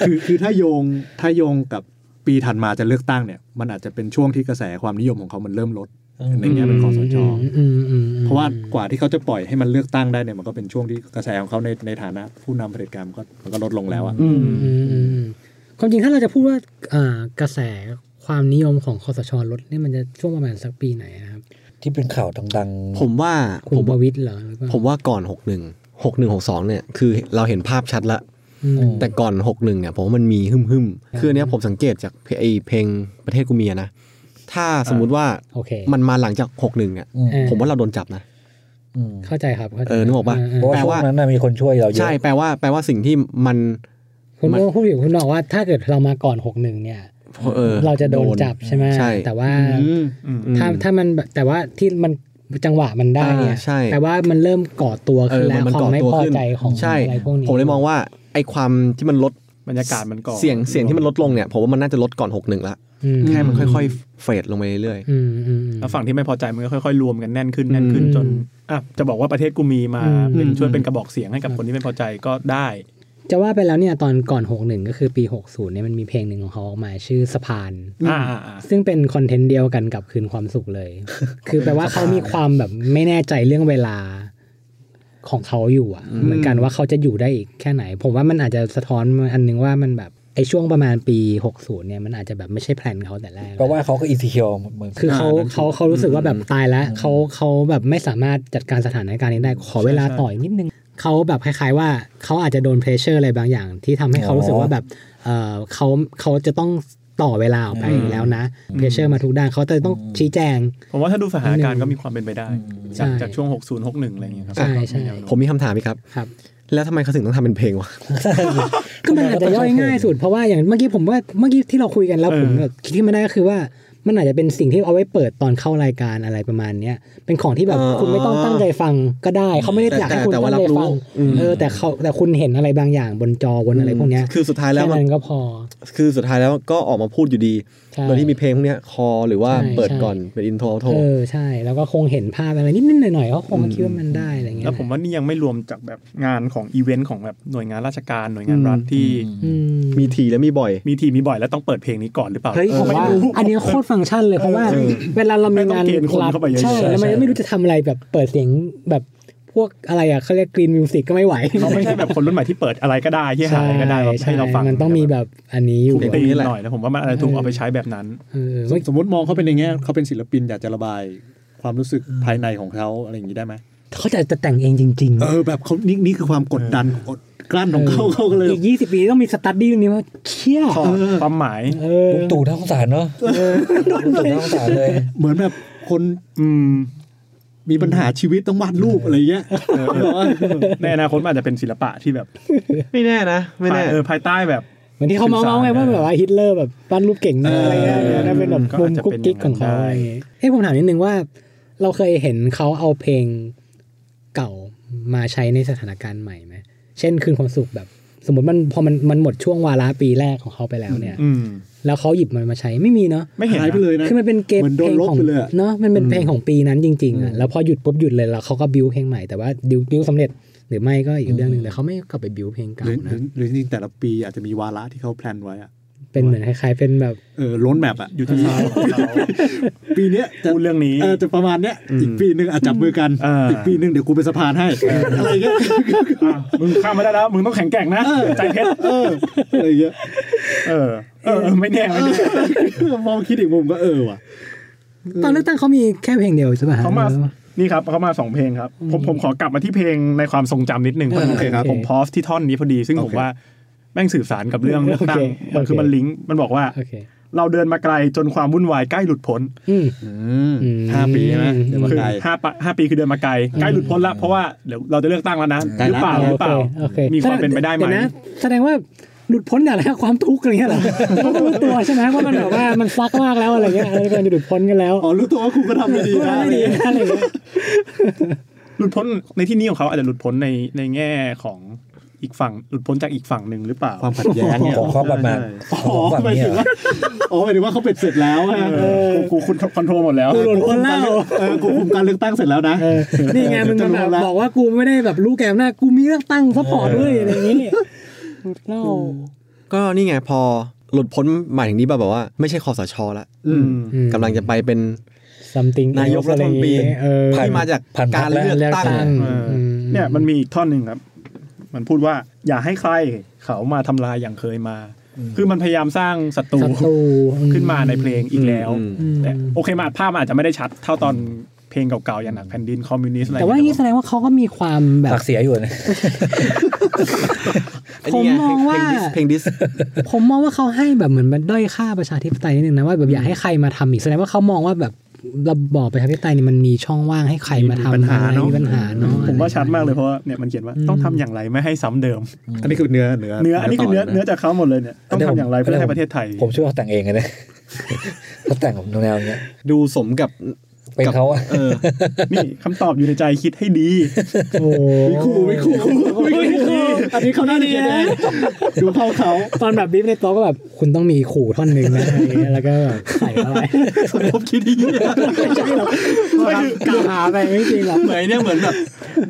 Speaker 3: คือคือถ้าโยงถ้าโยงกับปีถัดมาจะเลือกตั้งเนี่ยมันอาจจะเป็นช่วงที่กระแสความนิยมของเขามันเริ่มลดในแง่เป็นคอสช
Speaker 5: อืมอืมอืม
Speaker 3: เพราะว่ากว่าที่เขาจะปล่อยให้มันเลือกตั้งได้เนี่ยมันก็เป็นช่วงที่กระแสของเขาในในฐานะผู้นำเผด็จการมันก็มันก็ลดลงแล้วอะ
Speaker 2: อืม
Speaker 5: อืมอืมอืมความจริงถ้าเราจะพูดว่าอ่ากระแสความนิยมของคอสชลดนี่มันจะช่วงประมาณสักปีไหนนะครับ
Speaker 4: ที่เป็นข่าวดังๆ
Speaker 6: ผมว่า
Speaker 5: คุ
Speaker 6: ผ
Speaker 5: ณ
Speaker 6: ม
Speaker 5: ประวิตรเหรอหรือเปล่า
Speaker 6: ผมว่าก่อนหกหนึ่งหกหนึ่งหกสองเนี่ยคือเราเห็นภาพชัดละ
Speaker 5: อืม
Speaker 6: แต่ก่อนหกหนึ่งเนี่ยผมว่ามันมีฮึ่มฮึมๆคืออันเนี้ยผมสังเกตจากเพไอเพลงประเทศกูเมียนะ ถ้าสมมุติว่า
Speaker 5: โอเค
Speaker 6: มันมาหลังจากหกหนึ่งเนี่ย
Speaker 4: อืม
Speaker 6: ผมว่าเราโดนจับนะ
Speaker 4: อืม
Speaker 5: เข้าใจครับข้าใจ
Speaker 6: เออนึกออกปะ
Speaker 4: เพราะว่าช่วง
Speaker 6: แปลว่า
Speaker 4: นั้นน่ะมีคนช่วยเราเยอะ
Speaker 6: ใช่แปลว่าแปลว่าสิ่งที่มัน
Speaker 5: คุณโอ้พูดอยู่คุณบอกว่าถ้าเกิดเรามาก่อนหกหนึ่งเนี่ย
Speaker 6: ออ
Speaker 5: เราจะโดนจับใช่ไหม
Speaker 6: ใช่
Speaker 5: แต่ว่า
Speaker 2: อืม
Speaker 5: ถ้า
Speaker 6: อืม
Speaker 5: ถ้ามันแบบแต่ว่าที่มันจังหวะมันได้เนี่ย
Speaker 6: อ่าใช่
Speaker 5: แต่ว่ามันเริ่มก่อตัว
Speaker 6: เอ
Speaker 5: ขึ้น
Speaker 6: อ
Speaker 5: แล้
Speaker 6: มัน
Speaker 5: วควา
Speaker 6: มันก่อ
Speaker 5: มไม่
Speaker 6: ตัว
Speaker 5: พอ
Speaker 6: ขึ้น
Speaker 5: ใจของ
Speaker 6: ใช่
Speaker 5: อะไรพวกนี้
Speaker 6: ผมเลยมองว่าไอ้ความที่มันลด
Speaker 2: บรรยากาศมันก่อน
Speaker 6: เสียงเสียงที่มันลดลงเนี่ยผมว่ามันน่าจะลดก่อนหกหนึ่งละ
Speaker 5: อืม
Speaker 6: แค่มันค่อยๆเฟดลงไปเรื่อย
Speaker 5: อืมอืม
Speaker 2: แล้วฝั่งที่ไม่พอใจมันก็ค่อยๆ รวมกันแน่นขึ้นแน่นขึ้น
Speaker 5: อืม
Speaker 2: จนอ่ะจะบอกว่าประเทศกูมีมา
Speaker 5: อืม
Speaker 2: เป็นช่วยเป็นกระบอกเสียงให้กับคนที่ไม่พอใจก็ได้
Speaker 5: จะว่าไปแล้วเนี่ยตอนก่อน 61 ก็คือปี 60เนี่ยมันมีเพลงหนึ่งของเขาออกมาชื่อสะพาน
Speaker 2: อ่าอ่าอ่า
Speaker 5: ซึ่งเป็นคอนเทนต์เดียวกันกับคืนความสุข *laughs* เลย คือแปลว่าเขามีความแบบไม่แน่ใจเรื่องเวลาของเขาอยู่อะเหมือนกันว่าเขาจะอยู่ได้อีกแค่ไหน ผมว่ามันอาจจะสะท้อนอันนึงว่ามันแบบไอช่วงประมาณปี 60เนี่ยมันอาจจะแบบไม่ใช่แพลนเขาแต่แรก
Speaker 4: แปลว่าเขาก็อินสิเคียวเหมือน
Speaker 5: คือเขาเขาเขารู้สึกว่าแบบตายแล้วเขาเขาแบบไม่สามารถจัดการสถานการณ์นี้ได้ขอเวลาต่ออีกนิดนึงเขาแบบคล้ายๆว่าเขาอาจจะโดนเพรสเชอร์อะไรบางอย่าง ที่ทำให้เขารู้สึกว่าแบบเออเขาเขาจะต้องต่อเวลาออกไปแล้วนะเพรสเชอร์มาทุกด้านเขาจะต้องชี้แจง
Speaker 2: ผมว่าถ้าดูสถานการณ์ก็มีความเป็นไปได้
Speaker 5: ใช่
Speaker 2: จากจากช่วง 60 61 อะไรอย่างเงี้ยครั
Speaker 5: ใช่ใช่
Speaker 2: มีแนวโน้
Speaker 6: ๆ
Speaker 2: ม
Speaker 6: ผมมีคำถามอีกครับ
Speaker 5: ครับ
Speaker 6: แล้วทำไมเขาถึงต้องทำเป็นเพลงวะ
Speaker 5: ก็มันอาจจะย่อยง่ายสุดเพราะว่าอย่างเมื่อกี้ผมว่าเมื่อกี้ที่เราคุยกันแล้วผมแบบคิดที่ไม่ได้ก็คือว่ามันอาจจะเป็นสิ่งที่เอาไว้เปิดตอนเข้ารายการอะไรประมาณเนี้ยเป็นของที่แบบ
Speaker 6: เออ
Speaker 5: คุณไม่ต้องตั้งใจฟังก็ได้ เขาไม่ได้อยากให้คุณ
Speaker 6: แต่
Speaker 5: ตั้
Speaker 6: แต่ว่าง รั
Speaker 5: ใจ
Speaker 6: บรู้
Speaker 5: ฟังเออแต่เขาแต่คุณเห็นอะไรบางอย่างบนจอบนอะไรพวกเนี้ย
Speaker 6: คือสุดท้ายแล้
Speaker 5: แค่
Speaker 6: วมัน
Speaker 5: นั้นก็พอ
Speaker 6: คือสุดท้ายแล้วก็ออกมาพูดอยู่ดี
Speaker 5: ใช่
Speaker 6: โดยที่มีเพลงพวกเนี้ยคอหรือว่า
Speaker 5: ใช่
Speaker 6: เปิด
Speaker 5: ใช่
Speaker 6: ก่อนเป็นอินโทรโทร
Speaker 5: เออใช่ แล้วก็คงเห็นภาพอะไรนิดๆหน่อยๆเขาคงคิดว่ามันได้อะไรเงี้ย
Speaker 2: แล้วผมว่านี่ยังไม่รวมจากแบบงานของอีเวนต์ของแบบหน่วยงานราชการหน่วยงานรัฐที่
Speaker 5: อืม
Speaker 6: มีทีและมีบ่อย
Speaker 2: มีทีมีบ่อยแล้วต้องเปิดเพลงนี้ก่อนหรือเปล่า
Speaker 5: เฮ้ยผม
Speaker 2: ไม่
Speaker 5: ว่า
Speaker 2: รู้
Speaker 5: อันเนี้ยโคตรฟังก์ชันเลยเพราะว่า
Speaker 2: เออ
Speaker 5: เวลาเรามีงาน
Speaker 2: ไม่ต้องเกณฑ์คนเข้าไปเยอะๆ
Speaker 5: ใช่แล้วมันไม่รู้จะทำอะไรแบบเปิดเสียงแบบพวกอะไรอ่ะเขาเรียกกรีนมิวสิกก็ไม่ไหว
Speaker 2: เขาไม่ใช่แบบคนรุ่นใหม่ที่เปิดอะไรก็ได้ที่หาอะไรก็ได้แบบให้เราฟัง
Speaker 5: มันต้องมีแบบอันนี้อยู่
Speaker 2: ถูกตี
Speaker 6: แบบนี้แหละ
Speaker 2: หน่อยนะผมว่ามันอะไรถูกเอาไปใช้แบบนั้น
Speaker 5: เออเมื่อ
Speaker 3: สมมติมองเขาเป็นในแง่เขาเป็นศิลปินอยากจะระบายความรู้สึกภายในของเขาอะไรอย่างนี้ได้ไหม
Speaker 5: เขาจะจะแต่งเองจริง
Speaker 3: เออแบบเขานี่นี่คือความกดดันอด กลั้นของเขาเขาก็เลย
Speaker 5: อีกยี่สิบปีต้องมีสตัดดี้เรื่องนี้ว่าเชี่ย
Speaker 2: ขอความหมาย
Speaker 5: เออ
Speaker 4: ลุงตู่น่าสงสารเนาะลุงตู่น่าสงสารเลย
Speaker 3: เหมือนแบบคน
Speaker 2: อืม
Speaker 3: มีปัญหาชีวิตต้องวาดรูปอะไรเงี้ยแบบว่า
Speaker 2: ในอนาคตมันอาจจะเป็นศิลปะที่แบบ
Speaker 6: ไม่แน่นะ ไม่แน่
Speaker 2: เออภายใต้แบบ
Speaker 5: เหมือนที่เขาเมาส์ๆไงว่าแบบว่าฮิตเลอร์แบบปั้นรูปเก่งนะอะไรเงี้ย
Speaker 2: เออ
Speaker 5: นั่นเป็นแบบ
Speaker 2: ก็
Speaker 5: มุ
Speaker 2: อาจ
Speaker 5: ม
Speaker 2: จะ
Speaker 5: กุ๊ก
Speaker 2: เป็น
Speaker 5: กิ๊กของเขา
Speaker 2: อย่างนั้นได้
Speaker 5: อะไรเงี้ยเอ้ยผมถามนิดนึงว่า เราเคยเห็นเขาเอาเพลงเก่ามาใช้ในสถานการณ์ใหม่ไหมเช่นคืนความสุขแบบ สมมติมันพอมันมันหมดช่วงวาระปีแรกของเขาไปแล้วเนี่ย
Speaker 2: อืม แล้ว
Speaker 5: แล้วเขาหยิบมันมาใช้ไม่มีเนาะ
Speaker 2: ไม่เห็น
Speaker 3: หายไป
Speaker 2: นะ
Speaker 3: เลยนะ
Speaker 5: คือมันเป็นเกม
Speaker 3: เหมือนโด
Speaker 5: เพล
Speaker 3: น
Speaker 5: ง
Speaker 3: ลบ
Speaker 5: ของ
Speaker 3: ไปเลยอะ
Speaker 5: เนาะมันเป็น
Speaker 2: อืม
Speaker 5: เพลงของปีนั้นจริงๆอ่ะแล้วพอหยุดปุ๊บหยุดเลยแล้วเขาก็บิวเพลงใหม่แต่ว่าบิวบิวสำเร็จหรือไม่ก็อีกเรื่องหนึ่งแต่เขาไม่กลับไปบิวเพลงเก่า
Speaker 3: หรือห
Speaker 5: นะ
Speaker 3: รือหรือจริงๆแต่ละปีอาจจะมีวาระที่เขาแพลนไว้อะ
Speaker 5: เป็นเหมือนคล้ายๆเป็นแบบ
Speaker 3: เออล้นแมปอะ
Speaker 2: อยู่ที่เรา
Speaker 3: ปีเนี้ยจะ
Speaker 2: พูดเรื่องนี้
Speaker 3: เออจะประมาณเนี้ยอีกปีหนึ่งอาจจับมือกัน
Speaker 2: เอออี
Speaker 3: กปีหนึ่งเดี๋ยวกูเป็นสะพานให้อะไรเงี้ย
Speaker 2: อ่ะมึงข้ามมาได้แล้ว มึงต้องแข็งแกร่งนะ ใจเพชร
Speaker 3: เอออะไรเงี้ย
Speaker 2: เออ เออ ไม่แน่ไม่แน่
Speaker 3: มองคิดอีกมุมก็เออว่ะ
Speaker 5: ตอนเลือกตั้งเขามีแค่เพลงเดียวใช่ป่ะฮะ
Speaker 2: เขามา นี่ครับเขามาสองเพลงครับ ผมผมขอกลับมาที่เพลงในความทรงจำนิดนึง
Speaker 5: เออ
Speaker 2: เพลง
Speaker 5: โอเค
Speaker 2: ผมพอฟที่ท่อนนี้พอดี ซึ่งผม
Speaker 3: โอเค
Speaker 2: ว่าแม่งสื่อสารกับเรื่องเลือกตั้ง
Speaker 5: โอเค
Speaker 2: เออคือ
Speaker 5: โอเค
Speaker 2: มันลิงก์ มันบอกว่า
Speaker 5: โอเค
Speaker 2: เราเดินมาไกลจนความวุ่นวายใกล้หลุดพ้น
Speaker 5: อืม อืม
Speaker 3: ห้าปีใช่ไหมเดี๋ยวมา
Speaker 2: คือ
Speaker 3: ไกล
Speaker 2: ห้าปะห้าปีคือเดินมาไกล ใกล้หลุดพ้นละเพราะว่าเดี๋ยวเราจะเลือกตั้งแล้วนะ
Speaker 3: ใกล้
Speaker 2: หรื
Speaker 3: ละ
Speaker 2: อเปล่าหรือเปล่า
Speaker 5: โอเค
Speaker 2: มีความเป็นไปได้ไหม
Speaker 5: ยวนะแสดงว่าหลุดพ้นจากอะไรครับความทุกข์อะไรเงี้ยเหรอเขารู้ตัวใช่ไหมว่ามันแบบว่ามันซักมากแล้วอะไรเงี้ยอะไรกันจะหลุดพ้นกันแล้ว
Speaker 3: อ๋อรู้ตัวว่ากูก็ทำไม่ดี
Speaker 5: ก็
Speaker 3: นะ
Speaker 5: ไม่ดีนะอะไรเงี้ย
Speaker 2: หลุดพ้นในที่นี้ของเขาอาจจะหลุดพ้นในในแง่ของอีกฝั่งหลุดพ้นจากอีกฝั่งหนึ่งหรือเปล่า
Speaker 3: ความขัดแย้งเนี่ย
Speaker 4: ของความบาดหมาง
Speaker 3: อ๋
Speaker 4: ของ
Speaker 3: อ
Speaker 4: ความ
Speaker 3: หมาย
Speaker 4: เนี่ย
Speaker 3: ถึงว่าอ๋อหมายถึงว่าเขาเป็ดเสร็จแล้วฮะ
Speaker 2: เออกูกูคุณคอนโทรลหมดแล้ว
Speaker 5: กูหลุดพ้นแล้ว
Speaker 3: เออกูคุมการเลือกตั้งเสร็จแล้วนะ
Speaker 5: เออนี่ไงมึงมาแบ
Speaker 3: จะรู้
Speaker 5: บ
Speaker 3: แล้ว
Speaker 5: บอกว่ากูไม่ได้แบบรู้แกมหน้าจกูมีเรื่องตั้งซัพพอร์ตด้วยอะไรอย่างนี้เล่า
Speaker 6: ก็นี่ไงพอหลุดพ้นหมายถึงนี้แบบว่า ไม่ใช่คอสชละ
Speaker 2: อืม
Speaker 6: กำลังจะไปเป็น
Speaker 5: ซัมติง
Speaker 6: นายกรัฐมนตรี
Speaker 5: เออ
Speaker 4: ผ่าน
Speaker 6: ที่มาจาก
Speaker 4: ผ่านพรรค
Speaker 6: การเลือก
Speaker 5: เลือก
Speaker 6: ตั้ง
Speaker 5: ตั้ง
Speaker 2: เอออื
Speaker 5: ม
Speaker 2: เนี่ยมันมีอีกท่อนหนึ่งครับ มันพูดว่าอย่าให้ใครเขามาทำลายอย่างเคยมา คือมันพยายามสร้างศัตรู
Speaker 5: ศัตรูอื
Speaker 2: ขึ้นมาในเพลงอีกแล้ว
Speaker 6: อืม
Speaker 5: อืม
Speaker 2: แต่โอเคมนอาจภาพมันอาจจะไม่ได้ชัดเท่าตอนเพลงเก่าๆ อย่างหนักแผ่นดินคอมมิวนิสต์อะไร
Speaker 5: แต่ว่าอย่างนี้แสดงว่าเขาก็มีความแบบ
Speaker 4: ปากเสียอยู่นะ
Speaker 6: อันนี้ไ
Speaker 5: ผมมองว่า
Speaker 6: เพลงดิสเพลงดิส
Speaker 5: ผมมองว่าเขาให้แบบเหมือนมันด้อยค่าประชาธิปไตยนิดนึงนะว่าแบบอยากให้ใครมาทำอีกแสดงว่าเขามองว่าแบบระบอบประชาธิปไตยนี่มันมีช่องว่างให้ใครมาทำ
Speaker 2: ปัญหา
Speaker 5: อะไร
Speaker 2: เนาะ
Speaker 5: มีปัญหาเนาะ
Speaker 2: ผมว่าชัดมากเลยเพราะว่าเนี่ยมันเขียนว่าต้องทำอย่างไรไม่ให้ซ้ำเดิม
Speaker 3: อันนี้คือเนื้อเนื้อ
Speaker 2: เนื้ออันนี้คือเนื้อ
Speaker 3: ต่ะ
Speaker 2: เนื้อจากเขาหมดเลยเนี่ยต้องทำอย่างไรเพื่อให้ประเทศไทย
Speaker 4: ผมช่วยเขาแต่งเองเลยนะเขาแต่งแบบแนวๆเนี้ย
Speaker 6: ดูสมกับ
Speaker 4: เป็นเขาอะ
Speaker 6: เออ
Speaker 2: นี่คำตอบอยู่ในใจคิดให้ดี
Speaker 5: โอ้
Speaker 3: ไม่คู่ไม่คู่ไม่คู่อันนี้เขาน่าจะเขียนเองดูเข้าเขา
Speaker 5: ตอนแบบบีฟในโต๊ะก็แบบคุณต้องมีขู่ท่อนหนึ่ง *laughs* นะอะไรอย่างเงี้ยแล้วก็แบบใส่เข้าไป
Speaker 2: สมคบคิดดี
Speaker 5: ไม่ใช่หรอกกล่าวหาไปไม่จริงหรอก
Speaker 6: เหมือนเนี่ยเหมือนแบบ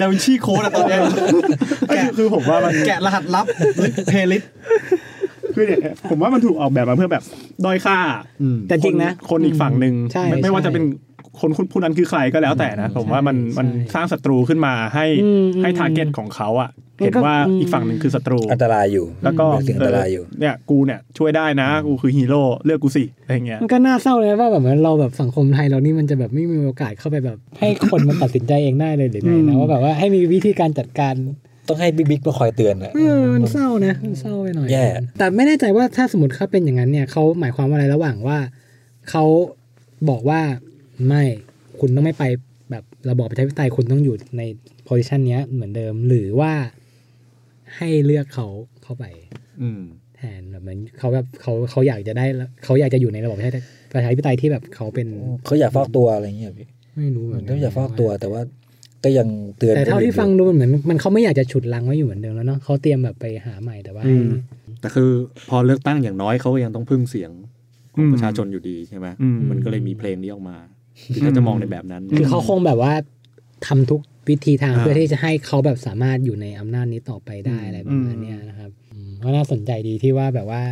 Speaker 6: ดาวินชีโค้ดอะตอนเนี้ย
Speaker 2: คือผมว่ามัน
Speaker 6: แกะรหัสลับเพลย์ลิสต์
Speaker 2: คือเนี่ยผมว่ามันถูกออกแบบมาเพื่อแบบด้อยค่า
Speaker 5: แต่จริงนะ
Speaker 2: คนอีกฝั่งหนึ่ง
Speaker 5: ใช่
Speaker 2: ไม่ไม่ว่าจะเป็นคนคุณผู้นั้นคือใครก็แล้วแต่นะ ผมว่ามัน
Speaker 5: ใช่
Speaker 2: มันสร้างศัตรูขึ้นมาให้
Speaker 5: อืม
Speaker 2: ให้ทาร์เก็ตของเขาอ่ะ
Speaker 5: มันก็
Speaker 2: เห็นว่า
Speaker 5: อืม
Speaker 2: อีกฝั่งหนึ่งคือศัตรู
Speaker 4: อันตรายอยู่
Speaker 2: แล้วก็
Speaker 4: เป็นสิ่งอันตรายอยู่
Speaker 2: เเนี่ยกูเนี่ยช่วยได้นะกูคือฮีโร่เลือกกูสิอะไรเงี้ย
Speaker 5: มันก็น่าเศร้าเลยนะว่าแบบเหมือนเราแบบสังคมไทยเรานี่มันจะแบบไม่มีโอกาสเข้าไปแบบ ให้คนมันตัดสินใจเองได้เลยหรือไงนะว่าแบบว่าให้มีวิธีการจัดการ
Speaker 4: ต้องให้บิ๊กๆมาคอยเตือนอะ
Speaker 5: เออมันเศร้านะมันเศร้าไปหน่อย
Speaker 4: แย่
Speaker 5: แต่ไม่แน่ใจว่าถ้าสมมติเขาเป็นอย่างนั้นเนี่ยเขาหมายความว่าอะไรระหว่างว่าเขาบอกว่าไม่คุณต้องไม่ไปแบบระบอบประชาธิปไตยคุณต้องอยู่ในโพซิชันเนี้ยเหมือนเดิมหรือว่าให้เลือกเขาเข้าไป
Speaker 3: อืม
Speaker 5: แทนแบบเหมือนเขาแบบเขาเขาอยากจะได้เขาอยากจะอยู่ในระบอบประชาธิประชาธิปไตยที่แบบเขาเป็น
Speaker 4: เขาอยากฟอกตัวอะไรอย่างเงี้ยพี่
Speaker 5: ไม่รู้เหมือน
Speaker 4: เขา
Speaker 5: น
Speaker 4: อยากฟอกตัวแต่ว่า ก็ยังเตือน
Speaker 5: แต่เท่าที่
Speaker 4: คนอื่นอยู่
Speaker 5: ฟังดูมันเหมือนมันเขาไม่อยากจะฉุดลังไว้อยู่เหมือนเดิมแล้วเนาะเขาเตรียมแบบไปหาใหม่แต่ว่าให้
Speaker 3: แต่คือพอเลือกตั้งอย่างน้อยเขาก็ยังต้องพึ่งเสียงของประชาชนอยู่ดีใช่ไหม
Speaker 2: อืม
Speaker 3: มันก็เลยมีเพลงนี้ออกมาคือถ้าจะมองในแบบนั้น
Speaker 5: คือเขาคงแบบว่าทำทุกวิธีทาง
Speaker 3: อ่า
Speaker 5: เพื่อที่จะให้เขาแบบสามารถอยู่ในอำนาจนี้ต่อไปได้อะไรประมาณเนี้ยนะครับอืมก็น่าสนใจดีที่ว่าแบบว่า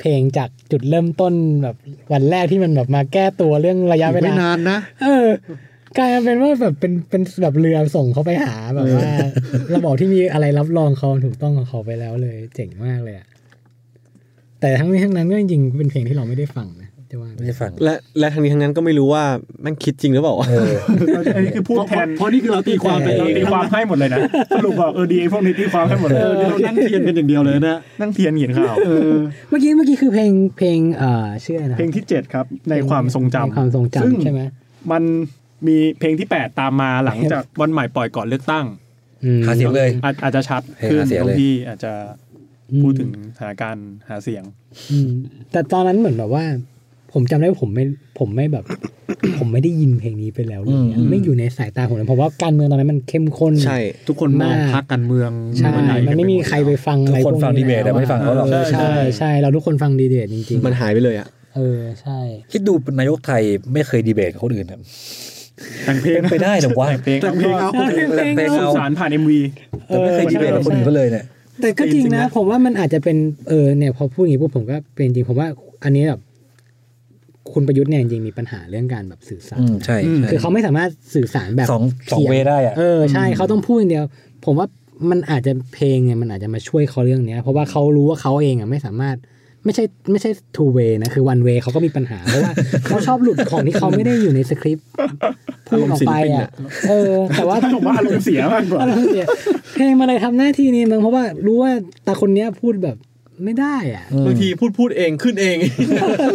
Speaker 5: เพลงจากจุดเริ่มต้นแบบวันแรกที่มันแบบมาแก้ตัวเรื่องระยะเว
Speaker 3: ไม่
Speaker 5: ลา
Speaker 3: นานนะ
Speaker 5: เออกลายเป็นว่าแบบเป็นเป็นแบบเรือส่งเขาไปหาแบบว่าระบอกที่มีอะไรรับรองเขาถูกต้องของเขาไปแล้วเลย เจ๋งมากเลยอะแต่ทั้งนี้ทั้งนั้นก็จริงๆเป็นเพลงที่เราไม่ได้ฟังนะ จะว่า
Speaker 4: ไม่ได้ฟัง
Speaker 6: และและทั้งนี้ทั้งนั้นก็ไม่รู้ว่าแม่งคิดจริงหรือเปล่าวะ
Speaker 4: เออ
Speaker 2: อันนี้คือพูดแทน
Speaker 3: เพราะนี่คือเราตีความไป
Speaker 2: เรา
Speaker 3: เอง
Speaker 2: ตีความให้หมดเลยนะสรุปบอกเออดีไอ้พวกนี้ตีความให้หมดเลย
Speaker 3: เออเดี๋ยวเรานั่งเทียนกันอย่างเดียวเลยนะ
Speaker 2: นั่งเทียนเขียนข่าว
Speaker 5: เมื่อกี้เมื่อกี้คือเพลงเพลงเอ่อชื่ออะไรนะ
Speaker 2: เพลงที่เจ็ดครับ ในความทรงจำ
Speaker 5: ในความทรง
Speaker 2: ซึ่
Speaker 5: จำใช่ไหม
Speaker 2: มันมีเพลงที่ 8 ตามมาหลังจากวันใหม่ปล่อยก่อนเลือกตั้ง
Speaker 5: อืม
Speaker 4: หาเสียงเลย
Speaker 2: อาจอาจจะชัด
Speaker 4: เพลง
Speaker 2: ขึ้น
Speaker 4: หาเสียง
Speaker 2: ตร
Speaker 4: เลย
Speaker 2: งที่อาจจะพูดถึงสถานการณ์หาเสียง
Speaker 5: อืมแต่ตอนนั้นเหมือนแบบว่า ผมจำได้ว่าผมไม่ผมไม่แบบ *coughs* ผมไม่ได้ยินเพลงนี้ไปแล้วเลยอะ
Speaker 3: อืม
Speaker 5: ไม่อยู่ในสายตาผมเลยเพราะว่าการเมืองตอนนั้นมันเข้มข้น
Speaker 6: ใช่
Speaker 3: ทุกคนมองพักการเมือง
Speaker 5: ใช่มันไม่มีใครไปฟังอะไร
Speaker 4: ทุกคน
Speaker 5: พว
Speaker 4: ฟังดีเบตแต่ไม่ฟังเขาหรอก
Speaker 5: ใช่ใช่ใช่เราทุกคนฟังดีเบตจริง
Speaker 6: มันหายไปเลยอ่ะ
Speaker 5: ๆ เออใช่
Speaker 4: คิดดูนายกไทยไม่เคยดีเบตกับคนอื่นอะ
Speaker 2: แต่งเพลง
Speaker 4: *laughs* เป็นไปได้เหรอวะ
Speaker 2: แต่งเพลง
Speaker 3: แต่เพลงเอา
Speaker 4: แต่งเพลง
Speaker 2: สื่
Speaker 4: เอา
Speaker 2: อสารผ่าน MV
Speaker 4: แต่ไม่เคยดีเบตกับคนอื่นเขาเลยเนี่ย
Speaker 5: แต่ก็จริง
Speaker 2: จริง
Speaker 5: นะ
Speaker 2: นะ
Speaker 5: ผมว่ามันอาจจะเป็นเออเนี่ยพอพูดอย่างนี้ปุ๊บผมก็เป็นจริงผมว่าอันนี้แบบคุณประยุทธ์เนี่ยจริงๆมีปัญหาเรื่องการแบบสื่อสาร
Speaker 4: อืมใช่ใช่
Speaker 5: คือเขาไม่สามารถสื่อสารแบบ
Speaker 4: สองสอง
Speaker 5: ขียน
Speaker 4: เวย์ได้อะ
Speaker 5: เออใช่เขาต้องพูดอย่างเดียว ผมว่ามันอาจจะเพลงเนี่ยมันอาจจะมาช่วยเขาเรื่องเนี้ย เพราะว่าเขารู้ว่าเขาเองอ่ะไม่สามารถไม่ใช่ไม่ใช่ two way นะคือ one way เขาก็มีปัญหาเพราะว่า เขาชอบหลุดของที่เขาไม่ได้อยู่ในสคริปต์พูดออกไปอ่ะเออ แต่ว่า
Speaker 2: ผมว่าอารมณ์เสียมากกว่า
Speaker 5: อะไรเนี่ยเพลงมาเลยทำหน้าที่นี้มั้งเพราะว่ารู้ว่าตาคนเนี้ยพูดแบบไม่ได้อ่ะ
Speaker 6: บางทีพูดพูดเองขึ้นเอง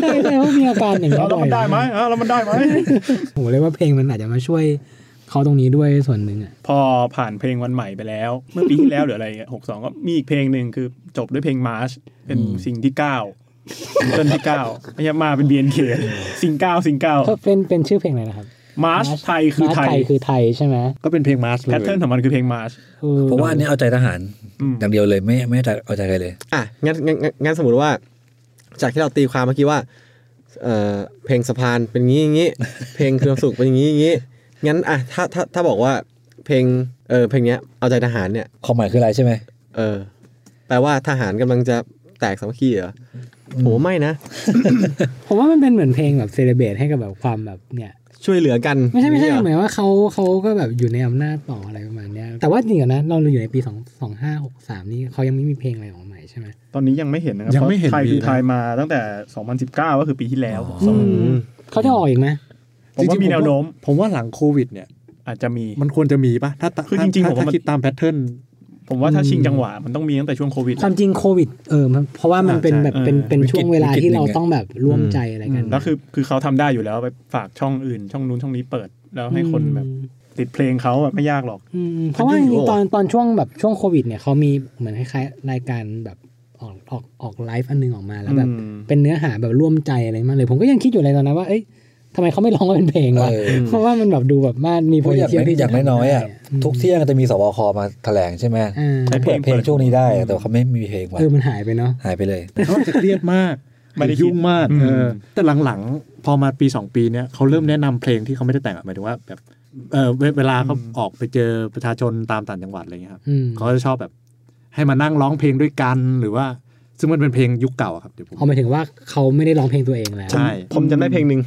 Speaker 5: ใช่ใช่เพราะมีอาการอย่างเงี้ย
Speaker 2: แล้วมันได้ไหม
Speaker 5: บ่อย
Speaker 2: เออแล้วมันได้ไหม
Speaker 5: โหเลยว่าเพลงมันอาจจะมาช่วยเขาตรงนี้ด้วยส่วนหนึ่งอ่ะ
Speaker 2: พอผ่านเพลงวันใหม่ไปแล้ว เมื่อปีที่แล้วหรืออะไรหกสองก็มีอีกเพลงหนึ่งคือจบด้วยเพลงมาร์ชเป็นสิ่งที่เก้าเต้นที่เก้าไม่ใช่มาเป็น BNK สิ่งเก้าสิ่งเก้า
Speaker 5: ก็เป็นเป็นชื่อเพลงอะไรนะครับ
Speaker 2: มาร์ชไทยคือไท
Speaker 5: ไท
Speaker 2: ย
Speaker 5: ยคือไทยใช่ไหม
Speaker 3: ก็เป็นเพลงมาร์ชเล
Speaker 2: แพ
Speaker 3: ย
Speaker 2: ทเทิร์นของมันคือเพลงมาร์ช
Speaker 5: เออ
Speaker 4: เพราะว่าอันนี้เอาใจทหาร
Speaker 2: อืม
Speaker 4: อย่างเดียวเลยไม่ไม่เอาใจเอาใจใครเลย
Speaker 6: อ่ะงั้นงั้นงั้นงั้นสมมติว่า จากที่เราตีความเมื่อกี้ว่าเอ่อเพลงสะพานเป็นงี้อย่างงี้ เพลงคือความสุขเป็นอย่างงี้อย่างงี้งั้นอ่ะถ้าถ้าถ้าบอกว่าเพลงเออเพลงเนี้ยเอาใจทหารเนี่ย
Speaker 4: ความหมายคืออะไรใช่ไหม
Speaker 6: เออแปลว่าทหารกำลังจะแตกสามัคคีเหรอโหไม่นะ
Speaker 5: ผมว่ามันเป็นเหมือนเพลงแบบเซเลเบตให้กับแบบความแบบเนี่ย
Speaker 6: ช่วยเหลือกัน
Speaker 5: ไม่ใช่ไม่ใช่
Speaker 6: อย่าง
Speaker 5: ห
Speaker 6: งี้
Speaker 5: มา
Speaker 6: เหรอย
Speaker 5: ว่าเขาเขาก็แบบอยู่ในอำนาจต่ออะไรประมาณเนี้ยแต่ว่าจริงๆนะเราอยู่ในปีสองสองห้าหกสามนี่เขายังไม่มีเพลงอะไรออกมาใหม่ใช่ไหม
Speaker 2: ตอนนี้ยังไม่เห็นนะครั
Speaker 3: ยังไม่เห็น
Speaker 2: พราะไทย
Speaker 3: มี
Speaker 2: คือไทย
Speaker 3: นะ
Speaker 2: มาตั้งแต่ 2019 ก็คือปีที่แล้ว
Speaker 5: อืมเขาจะออกอีกไหม
Speaker 2: ผมว่ามีแนวโน้ม
Speaker 3: ผมว่าหลังโควิด เนี่ย
Speaker 2: อาจจะมี
Speaker 3: มันควรจะมีปะถ้าถ้า
Speaker 2: คือจริงๆผ
Speaker 3: ถ้า
Speaker 2: มว่ามัน
Speaker 3: ถ้าคิดตามแพทเทิร์น
Speaker 2: ผมว่าถ้าชิงจังหวะมันต้องมีตั้งแต่ช่วงโควิด
Speaker 5: ความจริงโควิดเออมันเพราะว่ามัน
Speaker 3: อ่า
Speaker 5: เป็น
Speaker 3: ใช่
Speaker 5: แบบเป็น
Speaker 2: เออ
Speaker 5: เป็นช่วงเวลา
Speaker 4: วิกฤต
Speaker 5: ที่เรา
Speaker 4: หนึ่งอะ
Speaker 5: ต้องแบบร่วมใจอะไรกัน
Speaker 2: แล้วคือคือเขาทำได้อยู่แล้วไปฝากช่องอื่น ช่องนู้นช่องนี้เปิด แล้วให้คนแบบติดเพลงเขาอะไม่ยากหรอก
Speaker 5: อืมเพราะว่าจริงๆตอนตอนช่วงแบบช่วงโควิดเนี่ยเขามีเหมือนคล้ายๆรายการแบบออกออกออกไลฟ์อันหนึงออกมาแล้วแบบ
Speaker 2: อืม
Speaker 5: เป็นเนื้อหาแบบร่วมใจอะไรมากเลย ผมก็ยังคิดอยู่เลยตอนนั้นว่าเอ้ยทำไมเขาไม่ร้องว่าเป็นเพลงวะ
Speaker 4: เออ
Speaker 5: เพราะว่ามันแบบดูแบบมานมี
Speaker 4: เพราะอย่าง
Speaker 5: potential ที่
Speaker 4: อย่างน้อยๆอ่ะ
Speaker 5: จทำได้
Speaker 4: ทุกเที่ยงจะมีสวคมาแถลงใช่ไหม
Speaker 5: อ่า
Speaker 4: เขาเปิดเพลงช่วงนี้ได้อะแต่เขาไม่มีเพลงว่ะ
Speaker 5: เออมันหายไปเนาะ
Speaker 4: หายไปเลย
Speaker 3: เขาจะเครียดมาก
Speaker 2: ไม่ได้คิด
Speaker 3: ยุ่งมาก
Speaker 2: อืม
Speaker 3: เออแต่หลังๆ พอมาปี 2 ปีเนี่ยเขาเริ่มแนะนำเพลงที่เขาไม่ได้แต่งอะหมายถึงว่าแบบเออเวเวลาเขาออกไปเจอประชาชนตามต่างจังหวัดอะไรเงี้ยครับ
Speaker 5: อืม
Speaker 3: เขาจะชอบแบบ ให้มานั่งร้องเพลงด้วยกันหรือว่า ซึ่งมันเป็นเพลงยุคเก่าอะครับเดี๋ยวผม
Speaker 5: เอาหมายถึงว่าเขาไม่ได้ร้องเพลงตัวเองแล้ว
Speaker 3: ใช่
Speaker 6: ผมจำได้เพลงหนึ่ง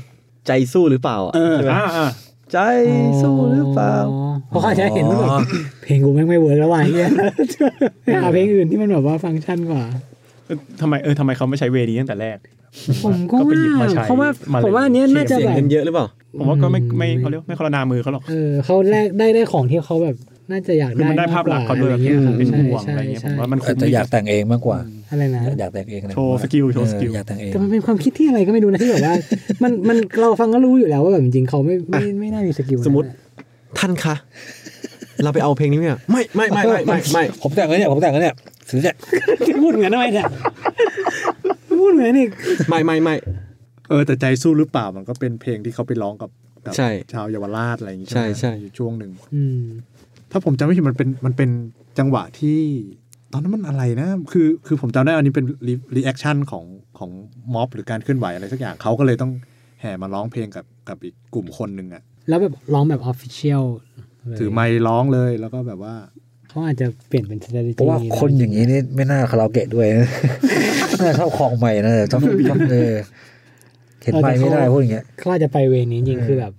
Speaker 6: ใจสู้หรือเปล่าอะ
Speaker 3: เออ
Speaker 6: ใช่ไหม
Speaker 2: อ่าอ่า
Speaker 6: ใจสู้หรือเปล่า
Speaker 5: เพราะเขาอาจจะเห็นว่าแบบ
Speaker 4: อ๋อ
Speaker 5: เพลงกูแม่งไม่เวิร์กแล้วว่ะไอ้เฮียไปหาเพลงอื่นที่มันแบบว่าฟังก์ชันกว่า
Speaker 2: เออทำไมเออทำไมเขาไม่ใช้เวนี้ตั้งแต่แรก
Speaker 5: ผมก็
Speaker 2: ก็ไปหยิบ
Speaker 5: ว่า
Speaker 2: มาใช้
Speaker 5: เพราะว่า
Speaker 2: มาเลย
Speaker 5: ผมว่าอันเนี้ยน่าจะ
Speaker 6: เสียง
Speaker 5: แบบ
Speaker 6: กันเยอะหรือเปล่า
Speaker 2: ผมว่าก็ไม่ไม่เขาเรียกว่าไม่คารนามือเขาหรอก
Speaker 5: เออเขาแลกได้ได้ของที่เขาแบบน่าจะอยาก
Speaker 2: คือ
Speaker 5: ได้
Speaker 2: มันได้ภาพลักษณ์เขาด้วย
Speaker 5: อะไรเงี้ยครับ
Speaker 2: เป็น
Speaker 5: ใช่
Speaker 2: ห่วง
Speaker 5: ใช่
Speaker 2: อะไรเงี้ยผ
Speaker 5: ใช่
Speaker 2: มว่ามัน
Speaker 4: อา
Speaker 2: คุ้
Speaker 4: จ
Speaker 2: ม
Speaker 4: จะ
Speaker 2: ดี
Speaker 4: อยากแต่งเองมากกว่า
Speaker 5: อะไรนะ
Speaker 4: อยากแต่งเองอะไร
Speaker 2: โชว์สกิลโชว์สกิล
Speaker 4: เอออยากแต่งเอง
Speaker 5: แต่มันเป็นความคิดที่อะไรก็ไม่รู้นะที่แบบว่า *laughs* มันมันเราฟังก็รู้อยู่แล้วว่าแบบจริงๆเขาไม่ไม่ไม่น่ามีสกิลนะ
Speaker 6: สมมติ ท่านคะ เราไปเอาเพลงนี้ไหมอะไม่ไม่ไม่ไม่ไม่ไม่
Speaker 4: ผมแต่งแล้วเนี่ยผมแต่งแล้วเนี่ยถือเนี่ย
Speaker 5: พูดเหมือนทำไม
Speaker 4: *laughs*
Speaker 5: เนี่ยพูดเหมือนอีก
Speaker 6: ไม่ไม่ไม่
Speaker 3: เออแต่ใจสู้หรือเปล่ามันก็เป็นเพลงที่เขาไปร้องกับกับ
Speaker 6: ใช่
Speaker 3: ชาวเยาวราชอะไรอย่างงี้
Speaker 6: ใช่
Speaker 3: ไหม
Speaker 6: ใช่
Speaker 3: อยู่ช่วงหนึ่ง
Speaker 5: อืม
Speaker 3: ถ้าผมจำไม่ผิดมันเป็นมันเป็นจังหวะที่ ตอนนั้นมันอะไรนะ คือคือผมจำได้อันนี้เป็นรีแอคชั่นของของม็อบหรือการเคลื่อนไหวอะไรสักอย่างเขาก็เลยต้องแห่มาร้องเพลงกับกับอีกกลุ่มคนหนึ่งอะ่ะ
Speaker 5: แล้วแบบร้องแบบออฟฟิเชียล
Speaker 3: ถือไมค์ร้องเลยแล้วก็แบบว่า
Speaker 5: เขาอาจจะเปลี่ยนเป็น strategy
Speaker 4: เพราะว่าคนอย่างนี้นี่ไม่น่าคาราโอเกะด้วย *laughs* นะน่าชอบคลองใหม่ *laughs* นะชอบชอบเออเห็นไม่ไม่ได้พวกอย่างเงี้ย
Speaker 5: เขาอาจจะไปเวรนี้จริงๆคือแบบ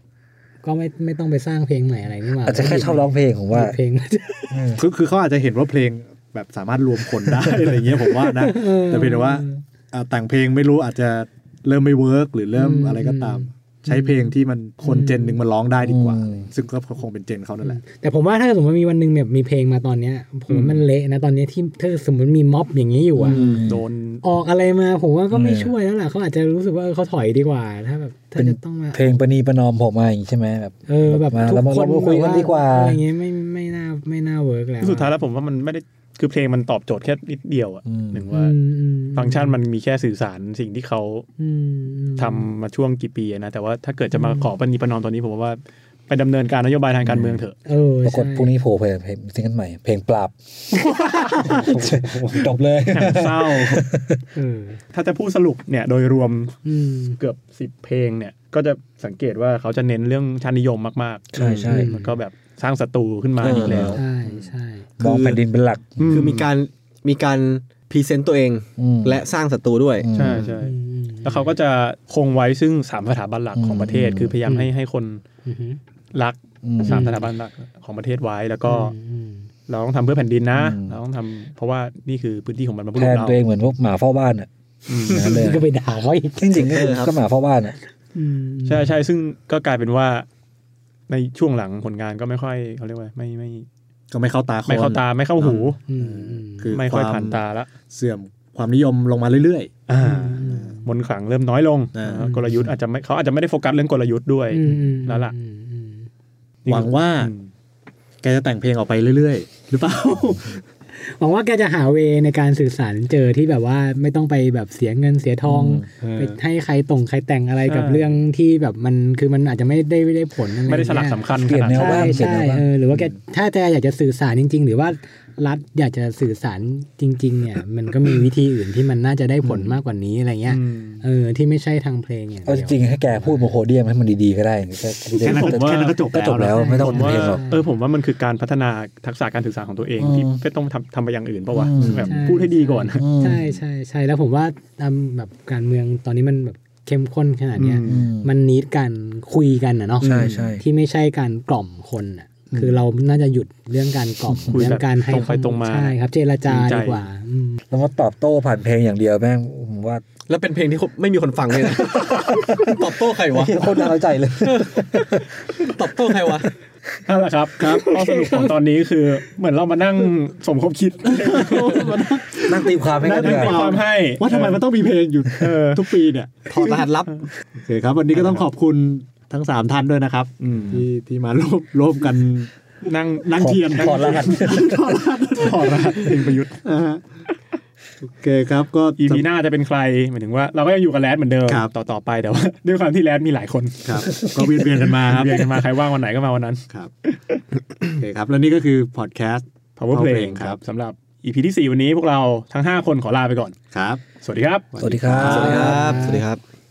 Speaker 5: ก็ไม่ไม่ต้องไปสร้างเพลงใหม่อะไรนี่หว่า
Speaker 4: อาจจะแค่ชอบร้องเพลงผมว่า
Speaker 5: เพลง
Speaker 3: คือคือเขาอาจจะเห็นว่าเพลงแบบสามารถรวมคนได้ อะไรเงี้ยผมว่านะ แต่เพียงแต่ว่าอ่าแต่งเพลงไม่รู้อาจจะ
Speaker 2: เริ่มไม่เวิร์กหรือเริ่มอะไรก็ตาม ใช้เพลงที่มันคนเจนหนึ่งมันร้องได้ดีกว่า
Speaker 4: อืม
Speaker 2: ซึ่งก็คงเป็นเจนเขานั่นแหละ
Speaker 5: แต่ผมว่าถ้าสมมติมีวันหนึ่งแบบมีเพลงมาตอนเนี้ยผมว่ามันเละนะตอนเนี้ยที่ถ้าสมมติมีม็อบอย่างนี้อยู่อะ
Speaker 2: โดน
Speaker 5: ออกอะไรมาผมว่าก็ไม่
Speaker 4: เนี่ย
Speaker 5: ช่วยแล้วแหละเขาอาจจะรู้สึกว่าเออเขาถอยดีกว่าถ้าแบบถ้าจะต้องมา
Speaker 4: เพลงประนีประนอมผมมาอย่างนี้ใช่ไหมแบบ
Speaker 5: เออแบบ
Speaker 4: มา
Speaker 5: ทุก
Speaker 4: เรามา
Speaker 5: คน
Speaker 4: เรามาคุยกันดีกว่า
Speaker 5: อะไรเงี้ยไม่ไม่น่าไม่น่าเวิร์กแล้วอะ
Speaker 2: สุดท้ายแล้วผมว่ามันไม่ได้คือเพลงมันตอบโจทย์แค่นิดเดียวอะ
Speaker 4: อืม
Speaker 2: หนึ่ง
Speaker 5: อื
Speaker 2: ว่า
Speaker 5: มอืม
Speaker 2: ฟังก์ชันมันมีแค่สื่อสารสิ่งที่เขา
Speaker 5: อืมอืม
Speaker 2: ทำมาช่วงกี่ปีอะนะ แต่ว่าถ้าเกิดจะมาขอปณีประนอมตอนนี้ผมว่าไปดำเนินการนโยบายทางการเมืองเถอะ
Speaker 5: เออ
Speaker 4: ปรากฏ
Speaker 5: ใช่
Speaker 4: พรุ่งนี้โผล่เพลงเพลงซิงเกิลใหม่ เพลงปราบ *laughs* จบเลย
Speaker 2: เศร้า
Speaker 5: เออ
Speaker 2: ถ้าจะพูดสรุปเนี่ยโดยรวม
Speaker 5: อืม
Speaker 2: เกือบสิบเพลงเนี่ย ก็จะสังเกตว่าเขาจะเน้นเรื่องชาตินิยมมากๆ
Speaker 4: ใช่ใช่
Speaker 2: แล้วก็แบบสร้างศัตรูขึ้นมาอีกแล้ว
Speaker 5: ใช่ใช่
Speaker 4: มองแผ่นดินเป็นหลัก
Speaker 6: คือมีการมีการพรีเซนต์ตัวเอง
Speaker 4: ม
Speaker 6: และสร้างศัตรูด้วย
Speaker 4: อืม
Speaker 2: ใช่ใช่
Speaker 5: อืม
Speaker 2: แล้วเขาก็จะคงไว้ซึ่งสามสถาบันหลักของประเทศ
Speaker 4: อืม
Speaker 2: คือพยายามให้ให้คน
Speaker 5: อือฮึ
Speaker 2: รัก
Speaker 4: อืม
Speaker 2: สามสถาบันหลักของประเทศไว้แล้วก็
Speaker 5: อืม
Speaker 2: เราต้องทำเพื่อแผ่นดินนะ
Speaker 4: อืม
Speaker 2: เราต้องทำเพราะว่านี่คือพื้นที่ของบรรพบุรุ
Speaker 4: แท
Speaker 2: ษ
Speaker 4: น
Speaker 2: เรา
Speaker 4: ตัวเองเหมือนพวกหมาเฝ้าบ้านอ่ะอย่างนั้นเลย
Speaker 5: ก็ไปด่าเขาอีก
Speaker 4: จริงๆก็คือก็หมาเฝ้าบ้านอ่ะ
Speaker 5: อืม
Speaker 2: ใช่ใช่ซึ่งก็กลายเป็นว่า ในช่วงหลังผลงานก็ไม่ค่อยเขาเรียกว่าไม่ไม่
Speaker 3: ก็ไม่เข้าตาคน
Speaker 2: ไม่เข้าตาไม่เข้าหู
Speaker 5: อืมอืม
Speaker 3: คือ
Speaker 2: ไม่ค่อย
Speaker 3: ว
Speaker 2: ผ่านตาละ
Speaker 3: เสื่อมความนิยมลงมาเรื่อย
Speaker 2: อ่า
Speaker 5: อืม
Speaker 2: มนต์ขลังเริ่มน้อยลง
Speaker 3: อ่า
Speaker 2: อ่ากลยุทธ์อาจจะไม่เขาอาจจะไม่ได้โฟกัสเรื่องกลยุทธ์ด้วย
Speaker 5: อืมอืม
Speaker 2: แล้วล่ะ
Speaker 5: อืม
Speaker 3: ๆ
Speaker 5: อืม
Speaker 3: หวังว่า
Speaker 2: อืม
Speaker 3: แกจะแต่งเพลงออกไปเรื่อยๆ หรือเปล่า
Speaker 5: หวังว่าแกจะหาเวในการสื่อสารเจอที่แบบว่าไม่ต้องไปแบบเสียเงินเสียทองไปให้ใครตรงใครแต่งอะไรกับเรื่องที่แบบมันคือมันอาจจะไม่ได้ไม่ได้ผลอะไร
Speaker 2: ไม่ได้สลักสำคัญ
Speaker 4: เปลี่ยน
Speaker 2: ขนาด
Speaker 4: แนว
Speaker 5: ใช่
Speaker 4: บ้างเปลี่ยน
Speaker 5: ใช่
Speaker 4: แนวบ้าง
Speaker 5: เออหรือว่าแกถ้าแกอยากจะสื่อสารจริง ๆ หรือว่ารัฐอยากจะสื่อสารจริง ๆ เนี่ย มันก็มีวิธีอื่นที่มันน่าจะได้ผลมากกว่านี้อะไรเงี้ย
Speaker 2: อืม
Speaker 5: เออที่ไม่ใช่ทางเพลงอย่าง
Speaker 4: เอา
Speaker 5: เดี
Speaker 4: จ
Speaker 5: ยว
Speaker 4: ริงๆให้แกพูดบนโพเดียมให้มันดีๆก็ได้แค่
Speaker 2: แค่นั้นก็
Speaker 4: แค่นั้นก็จบก็จบแล้วไม่ต้อง
Speaker 2: ผมว่า
Speaker 4: เพลงหรอก
Speaker 2: เออผมว่ามันคือการพัฒนาทักษะการศึกษาของตัวเอง
Speaker 4: อืม
Speaker 2: ที่ไม่ต้องทำทำไปอย่างอื่นเพราะว่า
Speaker 4: อืม
Speaker 2: แบบ
Speaker 5: ใช่
Speaker 2: พูดให้ดีก่อน
Speaker 4: อืม
Speaker 5: ใช่ใช่ใช่แล้วผมว่าตามแบบการเมืองตอนนี้มันแบบเข้มข้นขนาดเนี้ย
Speaker 4: อืม
Speaker 5: มันนิดการคุยกันนะเนาะ
Speaker 4: ใช่ใช่
Speaker 5: ที่ไม่ใช่การกล่อมคนอ่ะ คือเราน่าจะหยุดเรื่องการกล่อม
Speaker 2: คุย
Speaker 5: เรื่อ
Speaker 2: แบ
Speaker 5: ง
Speaker 2: บ
Speaker 5: การให้
Speaker 2: ตรงไปตรงมา
Speaker 5: ใช่ครับ เจรจา
Speaker 2: จริงใจ
Speaker 5: ดีกว่าอืม
Speaker 4: แล้วมาตอบโต้ผ่านเพลงอย่างเดียวแม่งผมว่า
Speaker 6: แล้วเป็นเพลงที่ไม่มีคนฟังเลยนะ *laughs* ตอบโต้ใครวะ
Speaker 4: *laughs* โคตรน่าเอาใจเลย
Speaker 6: ตอบโต้ใครวะ
Speaker 2: นั่นแหละครับครับข้อสรุปของตอนนี้คือเหมือนเรามา *laughs* นั่งสมคบคิด
Speaker 4: นั่งตีความให้
Speaker 2: น่า
Speaker 4: กันดี
Speaker 2: จะ
Speaker 4: ก
Speaker 2: เป็น
Speaker 4: ว่า
Speaker 2: ความให้
Speaker 3: ว่าทำไมมันต้องมีเพลงอยู่
Speaker 2: เออ
Speaker 3: ทุกปีเนี่ย
Speaker 6: ถอดรหัสลับ
Speaker 3: โอเคครับ วันนี้ก็ต้องขอบคุณทั้งสามท่านด้วยนะครับ ที่ที่มาร่วมร่วมกัน
Speaker 2: นั่ง
Speaker 3: นั่งเทียน
Speaker 4: ถอดรหัส
Speaker 3: ถอดรหัส
Speaker 2: ถอดรหัสเองประยุทธ์
Speaker 3: นะฮะโอเคครับก็
Speaker 2: อีพีหน้าจะเป็นใครหมายถึงว่าเราก็ยังอยู่กับแรดเหมือนเดิม
Speaker 3: ครับ
Speaker 2: ต่อต่อไปแต่ว่า *laughs* ด้วยความที่แรดมีหลายคน
Speaker 3: ครับ ก็เวียนเวียนกันมาครับ
Speaker 2: เรียนกันมาใครว่างวันไหนก็มาวันนั้น
Speaker 3: ครับโอเคครับ แล้วนี่ก็คือพอดแคสต์
Speaker 2: power
Speaker 3: Power
Speaker 2: play
Speaker 3: Play
Speaker 2: ค
Speaker 3: ครั
Speaker 2: รับบ สำหรับอีพีที่ 4 วันนี้พวกเราทั้ง 5 คนขอลาไปก่อน
Speaker 3: ครับ
Speaker 2: สวัสดีครับ
Speaker 4: สวัสดีครับ
Speaker 6: สวัสดีครับ สวัสดีครับ